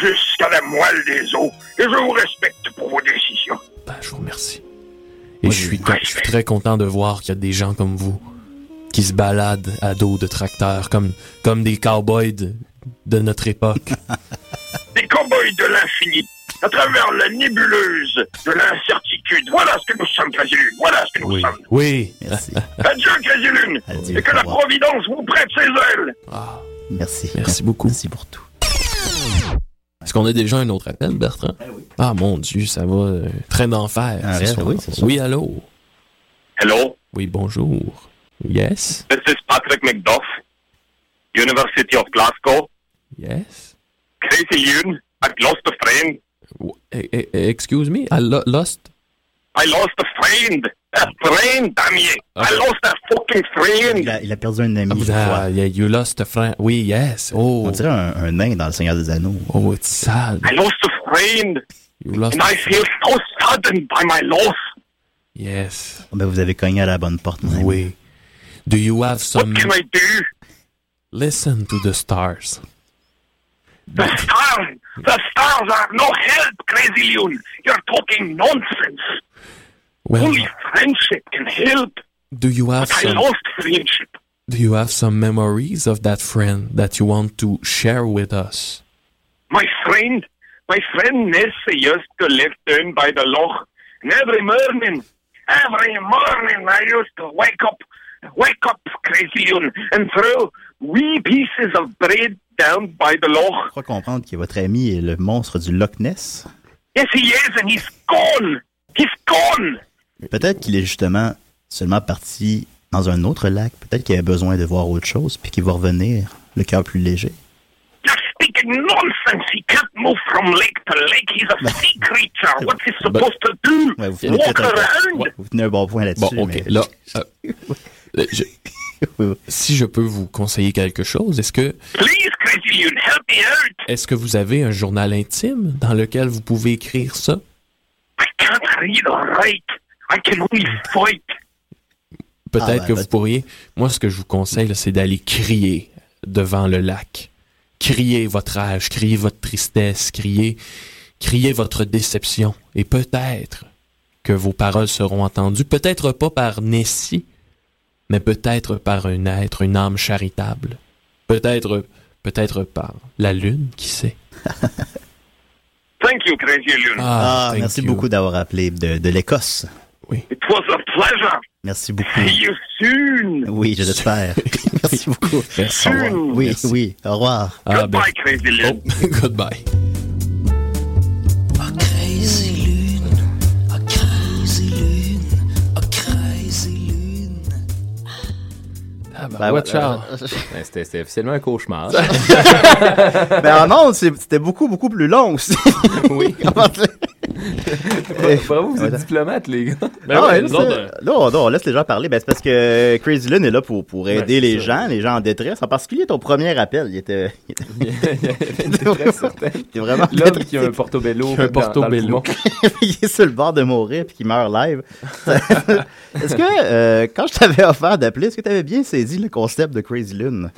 S13: jusqu'à la moelle des os, et je vous respecte pour vos décisions.
S5: Ben, je vous remercie. Et je suis, con- je suis très content de voir qu'il y a des gens comme vous qui se baladent à dos de tracteurs, comme, comme des cowboys de, de notre époque.
S13: Des cow-boys de l'infini, à travers la nébuleuse de l'incertitude. Voilà ce que nous sommes, Crazy Lune, voilà ce que nous
S5: Oui.
S13: sommes.
S5: Oui.
S13: Adieu, Crazy Lune,
S5: Adieu,
S13: et que
S5: au
S13: la
S5: revoir.
S13: Providence vous prête ses ailes.
S4: Merci.
S5: Merci beaucoup. Merci
S4: pour tout.
S5: Est-ce qu'on a déjà un autre appel, Bertrand? Ah mon Dieu, ça va. euh, train d'enfer.
S4: Ah,
S5: ce
S4: ouais,
S5: soir.
S4: oui, c'est ça.
S5: oui, allô?
S13: Hello,
S5: Oui, bonjour. Yes?
S13: this is Patrick McDuff, University of Glasgow.
S5: Yes?
S13: Crazy Lune, I've lost a friend.
S5: Eh, eh, eh, excuse me? I lo- lost?
S13: I lost a friend. A friend, Damien. I lost a fucking friend.
S4: Il a, il a perdu un ami. je crois.
S5: Ah, yeah, you lost a friend. Oui, yes. Oh.
S4: On dirait un, un nain dans Le Seigneur des Anneaux.
S5: Oh, it's sad.
S13: I lost a friend,
S5: You lost.
S13: and I feel so saddened by my loss.
S5: Yes.
S4: Ben, vous avez cogné à la bonne porte, mon ami.
S5: Oui. Do you have some.
S13: Can I do
S5: Listen to the stars.
S13: the stars? The stars are no help, Crazy Leon. You're talking nonsense.
S5: Well,
S13: Only friendship can help.
S5: do you have
S13: I
S14: oh.
S5: some.
S13: lost friendship.
S5: Do you have some memories of that friend that you want to share with us?
S13: My friend, my friend Ness used to live down by the loch. And every morning, every morning I used to wake up, wake up, Crazy Leon, and throw wee pieces of bread down by the loch.
S4: Je crois comprendre que votre ami est le monstre du Loch Ness.
S13: Yes, he is, and he's gone. He's gone.
S4: Peut-être qu'il est justement seulement parti dans un autre lac. Peut-être qu'il a besoin de voir autre chose, puis qu'il va revenir le cœur plus léger.
S13: You're speaking nonsense. He can't move from lake to lake. He's a sea creature. What's he supposed to do?
S4: Ouais, vous tenez
S13: Walk
S4: peut-être un,
S13: around?
S4: bon- ouais, vous tenez un bon point là-dessus.
S5: Bon, ok.
S4: mais-
S5: Là, euh, euh, je- si je peux vous conseiller quelque chose, est-ce que est-ce que vous avez un journal intime dans lequel vous pouvez écrire ça
S13: Can't read or write. I can only fight.
S5: Peut-être
S13: Ah, ben,
S5: que
S13: ben.
S5: vous pourriez. Moi, ce que je vous conseille, là, c'est d'aller crier devant le lac. Crier votre âge, crier votre tristesse, crier, crier votre déception. Et peut-être que vos paroles seront entendues, peut-être pas par Nessie, mais peut-être par un être, une âme charitable. Peut-être, peut-être par la lune, qui sait.
S13: Thank you, Crazy Loon.
S5: Uh,
S4: Ah,
S5: thank
S4: merci
S5: you.
S4: beaucoup d'avoir appelé de, de l'Écosse.
S13: It was a pleasure.
S4: Merci beaucoup.
S13: See you soon.
S4: Oui, je l'espère. merci beaucoup.
S5: Merci.
S4: Au revoir. Oui, oui. Au revoir.
S13: Goodbye, Crazy Loon.
S5: Oh. Goodbye.
S15: A crazy lune, a crazy lune, a crazy lune.
S5: Ah, bah,
S4: Ben, ouais, Charles.
S6: Ben, C'était c'était officiellement un cauchemar.
S4: Mais Ben, en ondes, Ah, c'est- c'était beaucoup, beaucoup plus long aussi.
S6: oui. Bravo, vous êtes
S4: Attends.
S6: diplomate, les gars.
S4: Ah ouais, là, c'est- là, on, on laisse les gens parler. Ben, c'est parce que Crazy Lune est là pour, pour aider les gens, les gens en détresse. En particulier, ton premier appel, il était... Il était... Il est vraiment
S6: L'homme qui a un portobello.
S4: Qui a un portobello. il est sur le bord de mourir puis qui meurt live. est-ce que, euh, quand je t'avais offert d'appeler, est-ce que tu avais bien saisi le concept de Crazy Lune?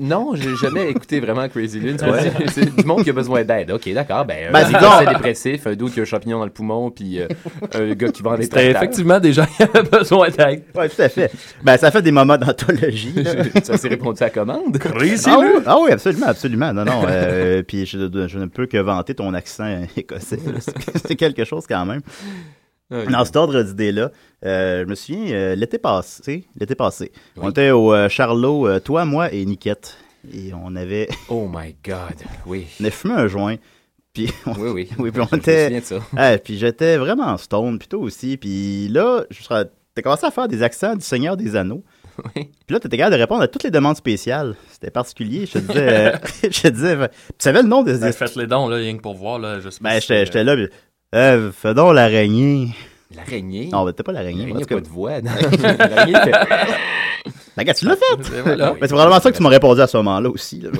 S6: Non, j'ai jamais écouté vraiment Crazy Lune. Tu
S4: Ouais.
S6: vois, C'est du monde qui a besoin d'aide. Ok, d'accord. Ben,
S4: Ben,
S6: un
S4: dis
S6: gars
S4: donc.
S6: qui est dépressif, un doute qui a un champignon dans le poumon, puis euh, un gars qui vend des
S16: C'était
S6: tracteurs.
S16: effectivement des gens qui avaient besoin d'aide.
S4: Oui, tout à fait. Ben, ça fait des moments d'anthologie. là.
S6: Ça s'est répondu à commande.
S4: Ah oui, ah oui, absolument, absolument. Non, non. euh, puis je, je ne peux que vanter ton accent écossais. là. C'est- C'est quelque chose quand même.
S6: Ah,
S4: Dans cet ordre d'idées-là, je me souviens, euh, l'été passé, l'été passé, on était au euh, Charlot, euh, toi, moi et Niquette. Et on avait.
S6: Oh my God, oui.
S4: On avait fumé un joint. Puis on,
S6: Oui, oui.
S4: oui, puis on
S6: Je me
S4: était.
S6: souviens de ça.
S4: Ah, puis j'étais vraiment stone, puis toi aussi. Puis là, je serais- t'as commencé à faire des accents du Seigneur des Anneaux. Puis là, t'étais capable de répondre à toutes les demandes spéciales. C'était particulier. Je te disais. euh, je te disais. ben, Tu savais le nom des.
S5: Ben, faites les dons, là, rien que pour voir, là, je sais pas
S4: Ben,
S5: si-
S4: j'étais j'étais là. puis, Euh, fais donc l'araignée.
S6: L'araignée.
S4: Non, ben, t'es pas l'araignée.
S6: L'araignée
S4: en
S6: a
S4: tout cas.
S6: pas de voix. non. L'araignée fait-
S4: La gars, tu l'as faite.
S6: C'est vrai, là.
S4: Ben, c'est probablement ça que tu m'as répondu à ce moment-là aussi. là.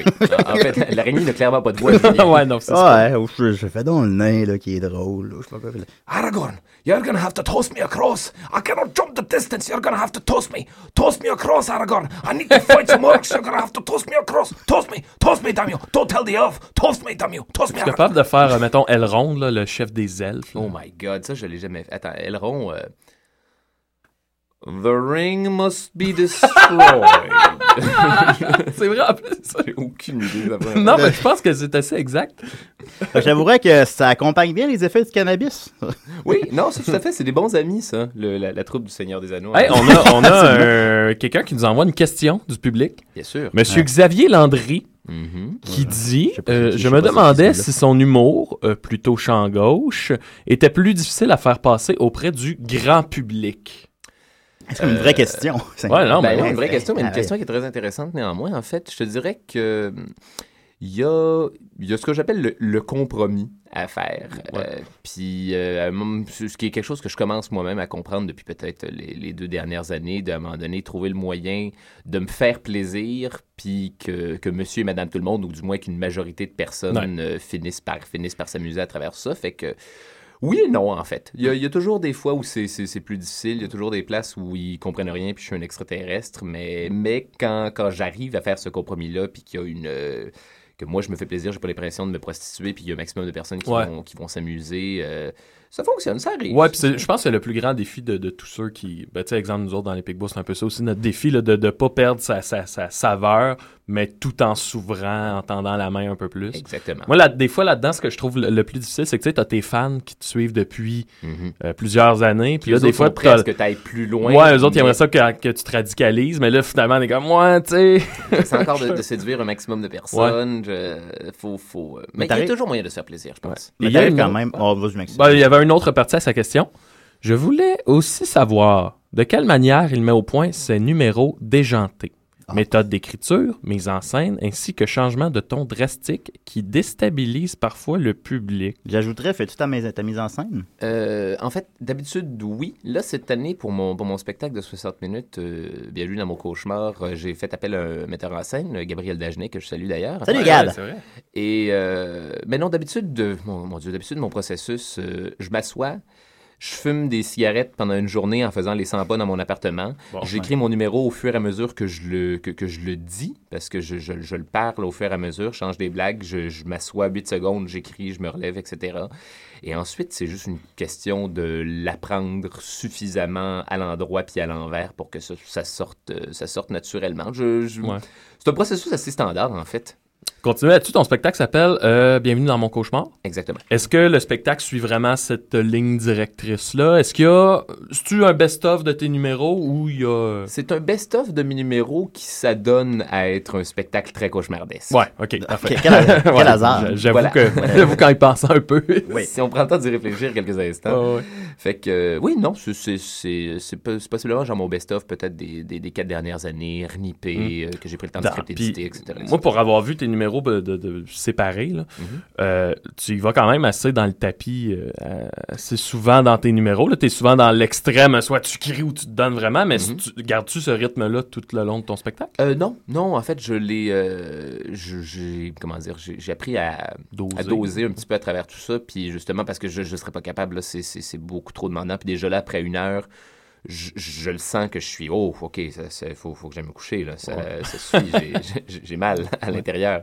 S6: Ah, En fait, l'araignée n'a clairement pas de voix.
S16: ouais, non, c'est ça.
S4: Ouais, ou je, je fais donc le nain là, qui est drôle. là, je sais pas quoi.
S10: Aragorn, you're gonna have to toss me across. I cannot jump the distance. You're gonna have to toss me. Toss me across, Aragorn. I need to fight some orcs. You're gonna have to toss me across. Toss me. Toss me, damn you. Don't tell the elf. Toss me, damn you. Toss me,
S5: Je suis
S10: Aragorn.
S5: capable de faire, euh, mettons, Elrond, là, le chef des elfes. là.
S6: Oh my god, ça je l'ai jamais fait. Attends, Elrond. euh, The ring must be destroyed.
S16: C'est vrai, en plus.
S6: J'ai aucune idée de la vraie-
S16: Non, mais je pense que c'est assez exact.
S4: Fait que J'avouerais que ça accompagne bien les effets du cannabis.
S6: Oui, non, c'est tout à fait, c'est des bons amis, ça, le- la, la troupe du Seigneur des Anneaux.
S16: Hey, on a, on a un- quelqu'un qui nous envoie une question du public.
S6: Bien sûr. Mm-hmm.
S16: Monsieur
S6: Ouais.
S16: Xavier Landry, qui dit euh, Je me demandais si son humour, euh, plutôt champ gauche, était plus difficile à faire passer auprès du grand public.
S4: C'est une vraie question.
S16: Ouais, non, mais
S6: Ben,
S16: ouais.
S6: une vraie question, mais une
S4: Ah, ouais.
S6: question qui est très intéressante néanmoins. En fait, je te dirais que hum, il y a, il y a ce que j'appelle le, le compromis à faire. Euh, puis, euh, à un moment- ce ce qui est quelque chose que je commence moi-même à comprendre depuis peut-être les, les deux dernières années, d'à un moment donné, trouver le moyen de me faire plaisir, puis que, que monsieur et madame tout le monde, ou du moins qu'une majorité de personnes
S5: Ouais.
S6: euh, finissent par, finissent par s'amuser à travers ça. Fait que oui et non, en fait. Il y a, il y a toujours des fois où c'est- c'est c'est plus difficile. Il y a toujours des places où ils comprennent rien, puis je suis un extraterrestre. Mais, mais quand, quand j'arrive à faire ce compromis-là, puis qu'il y a une... euh, que moi, je me fais plaisir, j'ai pas l'impression de me prostituer, puis il y a un maximum de personnes qui
S16: Ouais.
S6: vont, qui vont s'amuser. euh, ça fonctionne, ça arrive.
S5: Ouais, puis c'est- je pense que c'est le plus grand défi de, de tous ceux qui. Ben, tu sais, exemple, nous autres, dans les Picbois, c'est un peu ça aussi, notre défi là, de ne pas perdre sa, sa- sa saveur, mais tout en s'ouvrant, en tendant la main un peu plus.
S6: Exactement.
S5: Moi, là, des fois, là-dedans, ce que je trouve le, le plus difficile, c'est que tu sais, t'as tes fans qui te suivent depuis
S6: Mhm.
S5: euh, plusieurs années, puis
S6: Eux
S5: là, des
S6: autres
S5: fois,
S6: sont prêts à ce
S5: t'as-
S6: que t'ailles plus loin,
S5: Ouais, eux autres, ils
S6: mais-
S5: aimeraient ça que, que tu te radicalises, mais là, finalement, on est comme, ouais, tu sais.
S6: C'est encore de, de séduire un maximum de personnes. challenge. euh, faut, faut, euh, mais il y a
S5: t'arrives-
S6: toujours moyen de se faire plaisir, je pense.
S5: Mais il y a une autre-
S4: Oh,
S5: Ben, il y avait une autre partie à sa question. Je voulais aussi savoir de quelle manière il met au point ses numéros déjantés. Méthode d'écriture, mise en scène, ainsi que changement de ton drastique qui déstabilise parfois le public.
S4: J'ajouterais, fais-tu ta, mise- ta mise en scène?
S6: Euh, en fait, d'habitude, oui. Là, cette année, pour mon, pour mon spectacle de 60 minutes, euh, bien lu dans mon cauchemar, euh, j'ai fait appel à un metteur en scène, euh, Gabriel Dagenet, que je salue d'ailleurs.
S4: Salut, Ouais, Gab! ouais, c'est
S5: vrai.
S6: Et, euh, mais non, d'habitude, de- mon, mon Dieu, d'habitude, mon processus, euh, je m'assois, je fume des cigarettes pendant une journée en faisant les 100 pas dans mon appartement. J'écris mon numéro au fur et à mesure que je le, que, que je le dis, parce que je, je- je le parle au fur et à mesure, je change des blagues, je, je m'assois 8 secondes, j'écris, je me relève, etc. Et ensuite, c'est juste une question de l'apprendre suffisamment à l'endroit puis à l'envers pour que ça, ça sorte, euh, ça sorte naturellement. Je- je-
S5: Ouais.
S6: C'est un processus assez standard, en fait.
S5: Continue là-dessus, ton spectacle s'appelle euh, Bienvenue dans mon cauchemar.
S6: Exactement.
S5: Est-ce que le spectacle suit vraiment cette euh, ligne directrice-là? Est-ce qu'il y a... tu un best-of de tes numéros ou il y a...
S6: C'est un best-of de mes numéros qui s'adonne à être un spectacle très cauchemardesque.
S5: Ouais, ok,
S4: Ah,
S5: parfait.
S6: Ok,
S5: Ouais, j'a- J'avoue que, j'avoue qu'en y pensant un peu...
S6: Si on prend le temps d'y réfléchir quelques instants.
S5: Ouais, ouais.
S6: Fait que, euh, oui, non, c'est- c'est- c'est c'est pas- c'est possiblement genre mon best-of peut-être des, des- des quatre dernières années, rnippé,
S5: Mm.
S6: euh, que j'ai pris le temps de
S5: Dans-
S6: scripter,
S5: puis,
S6: d'éditer, etc.
S5: Moi, pour avoir vu tes numéros de, de- de- séparés, là,
S6: Mm-hmm.
S5: euh, tu y vas quand même assez dans le tapis, euh, euh, assez souvent dans tes numéros. Tu es souvent dans l'extrême, soit tu cries ou tu te donnes vraiment, mais
S6: Mm-hmm.
S5: si tu- gardes-tu ce rythme-là tout le long de ton spectacle?
S6: Euh, non, non, en fait, je l'ai. euh, je- j'ai, comment dire, j'ai, j'ai appris à
S5: Doser.
S6: à doser un petit peu à travers tout ça. Puis justement, parce que je ne serais pas capable, là, c'est, c'est- c'est beaucoup trop demandant. Puis déjà là, après une heure, je, je le sens que je suis. Oh, OK, il faut, faut que j'aille me coucher. Là, ça,
S5: Ouais.
S6: ça suffit, j'ai, j'ai- j'ai mal à l'intérieur.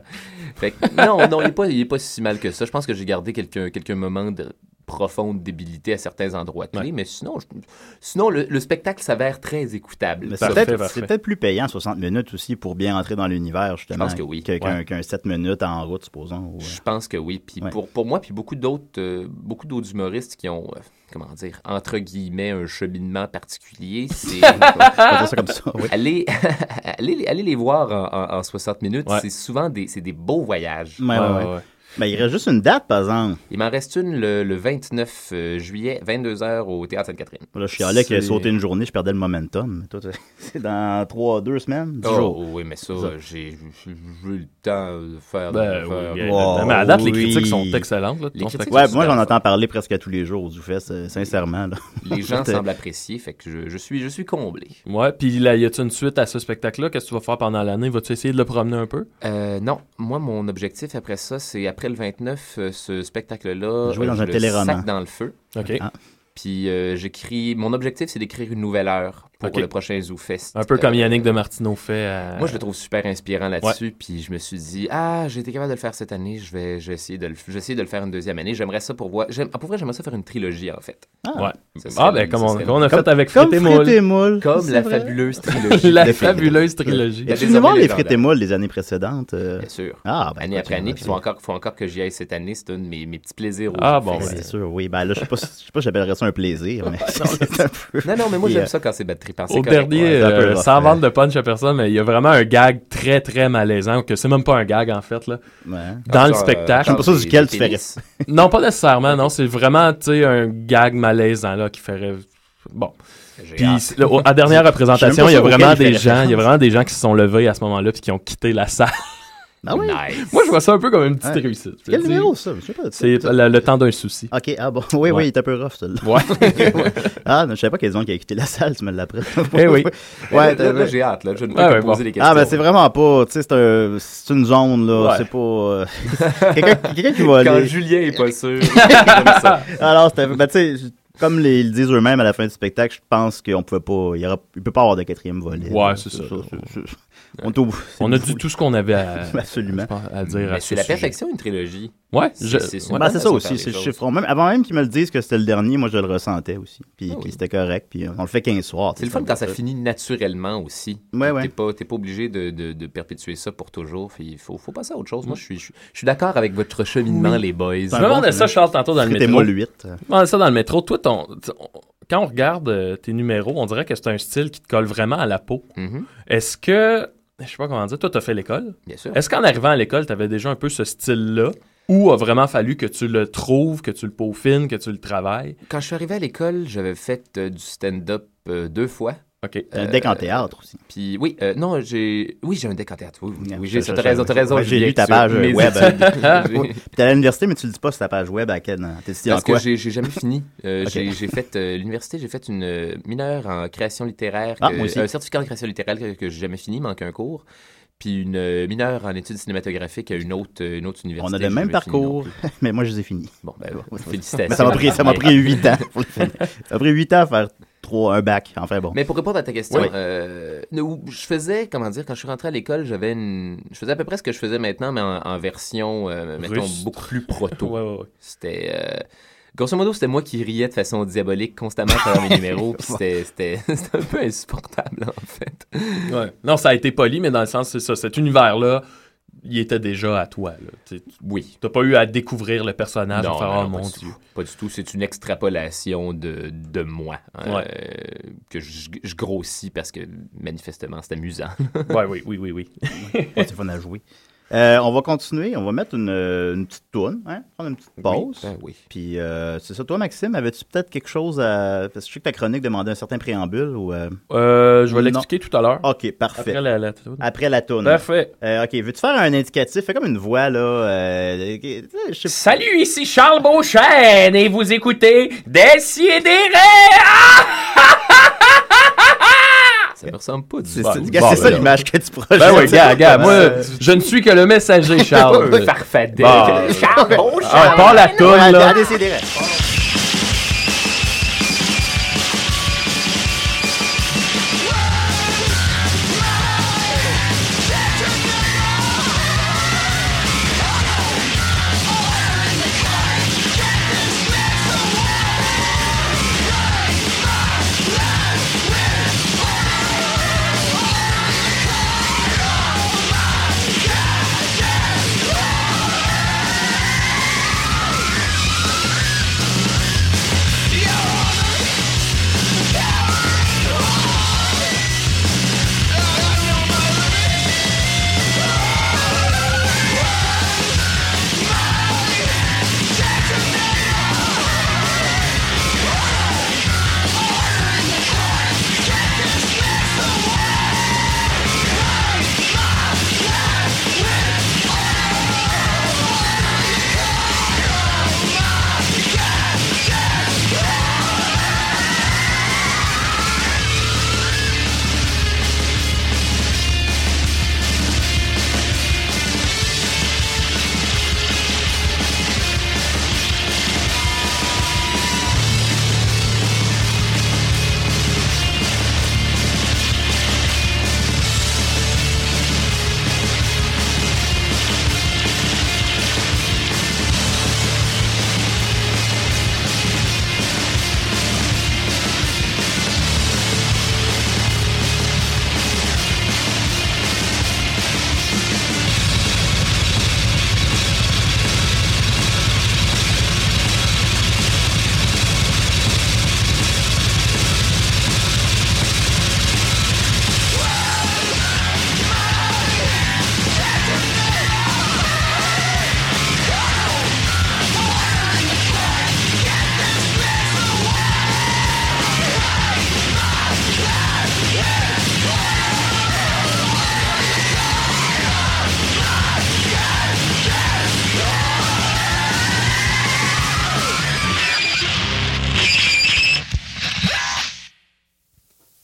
S6: Fait que, non, non, il n'est pas, il est pas si mal que ça. Je pense que j'ai gardé quelques, quelques moments de profonde débilité à certains endroits clés, mais sinon, je- sinon le, le spectacle s'avère très écoutable.
S4: Mais
S6: Ça-
S4: C'est peut-être c'est peut-être plus payant 60 minutes aussi pour bien entrer dans l'univers, justement.
S6: Je pense que oui.
S4: Qu'un
S6: Ouais.
S4: qu'un 7 minutes en route, supposons. ou, euh,
S6: Je pense que oui. Puis pour, pour moi, puis beaucoup d'autres, euh, beaucoup d'autres humoristes qui ont, euh, comment dire, entre guillemets, un cheminement particulier, c'est Ah!
S4: On dit ça comme ça, oui.
S6: aller, aller, aller les voir en, en- en 60 minutes, c'est souvent des, c'est des beaux voyages.
S4: Ouais, ouais, ouais. Ben, il reste juste une date, par exemple.
S6: Il m'en reste une le, le 29 euh, juillet, 22h au Théâtre Sainte-Catherine.
S4: Là, je chialais que
S6: C'est-
S4: sauter une journée, je perdais le momentum. Mais toi, t'es- C'est dans 3, 2 semaines, 10
S6: Oh,
S4: jours.
S6: oui, mais ça, j'ai j'ai eu le temps de faire.
S5: Ben
S6: de
S5: oui,
S6: faire-
S4: Wow,
S5: mais à date,
S4: oui.
S5: les
S4: hein.
S5: critiques sont excellentes, là, de
S6: Les
S5: ton
S6: critiques
S5: spectacle.
S4: Ouais, moi, j'en
S6: super
S4: entends parler presque tous les jours du fait, c'est- euh, sincèrement. là.
S6: Les gens
S4: C'était-
S6: semblent apprécier, fait que je, je suis, je suis comblé.
S5: Ouais, puis là, y a-tu une suite à ce spectacle-là? Qu'est-ce que tu vas faire pendant l'année? Vas-tu essayer de le promener un peu?
S6: Euh, non, moi, mon objectif après ça, c'est après le 29, euh, ce spectacle-là.
S4: Jouer
S6: euh,
S4: dans
S6: je
S4: un
S6: le
S4: téléroman.
S6: sac dans le feu.
S5: OK. Ah.
S6: Puis euh, j'écris. Mon objectif, c'est d'écrire une nouvelle heure pour
S5: OK.
S6: le prochain ZooFest.
S5: Un peu comme
S6: Euh,
S5: Yannick de Martineau fait à...
S6: Moi, je le trouve super inspirant là-dessus. Puis je me suis dit, ah, j'ai été capable de le faire cette année. Je vais, je vais essayer de le, je vais essayer de le faire une deuxième année. J'aimerais ça pour voir. j'aime- ah, pour vrai, j'aimerais ça faire une trilogie, en fait.
S5: Ah. Ouais.
S6: Ça
S5: Ah,
S6: serait-
S5: ben, comme
S6: ça
S5: on,
S6: serait-
S5: comme on a fait avec
S4: Comme
S5: Frites et
S4: Frites et
S5: Moules.
S4: Moules.
S6: Comme
S4: C'est
S6: la
S4: vrai.
S6: fabuleuse trilogie.
S5: La
S6: de Frites.
S5: fabuleuse trilogie.
S6: La
S4: As-tu vu voir
S6: désormais
S4: les frites et
S6: légendaire.
S4: moules les années précédentes? euh?
S6: Bien sûr.
S4: Ah, ben,
S6: année après
S4: écoute,
S6: année, puis il faut encore, faut encore que j'y aille cette année. C'est un de mes, mes petits plaisirs. au
S4: Ah
S6: Zoo
S4: bon,
S6: Fest.
S4: c'est sûr, oui. Ben là, je sais pas, si- je sais pas, si j'appellerais ça un plaisir, mais c'est un peu...
S6: Non, non, mais moi,
S4: Et,
S6: j'aime
S4: euh,
S6: ça quand c'est bad trip. hein, c'est
S5: Au
S6: correct,
S5: dernier,
S6: ouais.
S5: euh, sans vendre de punch à personne, mais il y a vraiment un gag très très malaisant, que c'est même pas un gag en fait, là. Dans
S4: Ben
S6: Comme
S5: le
S6: ça,
S5: spectacle.
S6: Ah, euh, Je sais pas ça des- duquel des tu pénis.
S5: non, pas nécessairement, non. C'est vraiment, tu sais, un gag malaisant, là, qui ferait. Bon.
S6: J'ai
S5: Puis,
S6: hâte.
S5: c'est- là, au- à dernière représentation, il y a
S6: J'aime pas ça,
S5: vraiment
S6: auquel il
S5: des gens,
S6: fait
S5: il y a
S6: référence.
S5: vraiment des gens qui se sont levés à ce moment-là, puis qui ont quitté la salle.
S4: Ah oui?
S6: Nice.
S5: Moi, je vois ça un peu comme une petite
S4: Ouais.
S5: réussite. Je
S4: Quel
S5: dis-
S4: numéro, ça? Je sais pas.
S5: C'est le, le temps d'un souci.
S4: OK, ah bon. Oui,
S5: Ouais.
S4: oui, il est un peu rough, celui-là.
S5: Ouais.
S4: ah, non, je savais pas qu'il y a des gens qui a quitté la salle, tu me l'apprends.
S5: Eh oui.
S6: Là,
S4: Ouais,
S6: là,
S4: t'as-
S6: là, j'ai hâte, là. Je ne peux
S4: Ah,
S6: que
S4: ouais,
S6: poser
S4: bon.
S6: les questions.
S4: Ah, ben c'est vraiment pas. Tu sais, c'est un- c'est une zone, là.
S6: Ouais.
S4: C'est pas. euh, Quelqu'un quelqu'un qui va aller.
S6: Quand Julien est pas sûr. j'aime ça.
S4: Alors, c'était. Ben, tu sais, comme les, ils le disent eux-mêmes à la fin du spectacle, je pense qu'on pouvait pas. Il, y aura, il peut pas avoir de quatrième volet.
S5: Ouais,
S4: là.
S5: c'est ça.
S4: c'est- c'est- On, est au bout.
S5: On a dit tout ce qu'on avait à,
S4: Ben, Absolument.
S5: je pense, à dire. à
S6: Mais
S5: ce
S6: c'est la
S5: sujet.
S6: perfection, une trilogie.
S5: Ouais, je-
S4: Ben,
S6: souvent
S4: c'est
S6: qu'on
S4: ça
S6: fait
S4: aussi,
S6: les
S4: c'est le
S6: choses.
S4: chiffre. Même, avant même qu'ils me le disent que c'était le dernier, moi je le ressentais aussi.
S5: Ah
S4: Puis, puis c'était correct. Puis on le fait 15 soirs.
S6: C'est le fun quand ça finit naturellement aussi.
S4: Ouais, ouais.
S6: T'es pas, t'es pas obligé de, de- de perpétuer ça pour toujours. Fait, Il faut, faut passer à autre chose. Moi, je suis, je suis- je suis d'accord avec votre cheminement, les boys.
S5: Mm. Je me demandais ça, Charles, tantôt dans le métro.
S4: moi le 8.
S5: Je me demandais ça dans le métro. Toi, ton, t- on- quand on regarde euh, tes numéros, on dirait que c'est un style qui te colle vraiment à la peau. Est-ce que je sais pas comment dire, toi, t'as fait l'école.
S6: Mm-hmm. Bien sûr.
S5: Est-ce qu'en arrivant à l'école, t'avais déjà un peu ce style-là ou a vraiment fallu que tu le trouves, que tu le peaufines, que tu le travailles?
S6: Quand je suis arrivé à l'école, j'avais fait euh, du stand-up euh, deux fois.
S5: OK.
S4: T'as un
S6: Euh,
S4: deck en théâtre aussi.
S6: Puis oui, euh, non, j'ai oui, j'ai un deck en théâtre. Oui, oui, oui, j'ai
S4: Ça,
S6: t'as
S4: ça,
S6: raison,
S4: ça,
S6: t'as raison.
S4: ouais, J'ai
S6: Julien,
S4: lu ta
S6: sur
S4: page
S6: mes
S4: web.
S6: études. Ah,
S4: Puis t'es à l'université, mais tu le dis pas sur ta page web à Ken. T'es étudiant en
S6: Parce
S4: quoi?
S6: que j'ai j'ai jamais fini. Euh,
S4: Ok.
S6: j'ai- J'ai fait euh, l'université, j'ai fait une euh, mineure en création littéraire,
S4: Ah,
S6: que-
S4: moi aussi.
S6: un certificat en création littéraire que, que j'ai jamais fini, il manque un cours, puis une euh, mineure en études cinématographiques à une autre, euh, une autre université.
S4: On a
S6: j'ai
S4: le même
S6: jamais fini non
S4: parcours, mais moi, je les ai finis.
S6: Bon, ben, félicitations.
S4: Mais ça m'a pris, ça m'a pris 8 ans. pour les finir. ça m'a pris 8 ans à faire trois, un bac. Enfin bon.
S6: Mais pour répondre à ta question,
S4: Oui.
S6: euh, nous, je faisais, comment dire, quand je suis rentré à l'école, j'avais une... Je faisais à peu près ce que je faisais maintenant, mais en, en version, euh, mettons,
S5: Rustre.
S6: beaucoup plus proto.
S5: Ouais, ouais, ouais.
S6: C'était... euh, Grosso modo, c'était moi qui riais de façon diabolique constamment à travers mes numéros, puis c'était- c'était c'était un peu insupportable, en fait.
S5: Ouais. Non, ça a été poli, mais dans le sens, c'est ça. Cet univers-là, il était déjà à toi.
S6: Oui.
S5: T'as pas eu à découvrir le personnage, à
S6: Non,
S5: faire,
S6: non,
S5: oh
S6: non,
S5: mon
S6: pas du
S5: Dieu.
S6: tout. Pas du tout. C'est une extrapolation de, de moi hein, euh, que je, je grossis parce que manifestement c'est amusant.
S5: Ouais, oui, oui, oui, oui.
S4: Ouais, c'est fun à jouer. Euh, on va continuer, on va mettre une, euh, une petite tourne, hein? prendre une petite pause.
S6: ben oui.
S4: Puis euh, c'est ça. Toi, Maxime, avais-tu peut-être quelque chose à. Parce que je sais que ta chronique demandait un certain préambule ou. euh,
S5: je vais
S4: non.
S5: l'expliquer tout à
S6: Ah,
S5: l'heure.
S4: Ok, parfait.
S5: Après la, la toune.
S4: Après la tourne.
S5: Parfait.
S4: ok, veux-tu faire un indicatif? Fais comme une voix, là. euh, qui- tu sais, je sais
S7: Salut, ici Charles Beauchesne et vous écoutez Décidérez!
S5: Ah!
S6: Ça me ressemble pas du
S4: C'est-
S6: tout.
S4: c'est- gars, c'est ça l'image que tu projettes. Euh,
S5: Ben oui,
S4: C'est
S5: gars, gars,
S4: pas
S5: moi,
S4: mal.
S5: je ne suis que le messager, Charles.
S6: Farfadet.
S5: Bon.
S6: Charles Beauchesne.
S5: Ah, pas la toune,
S4: Ouais,
S5: là.
S4: à décider.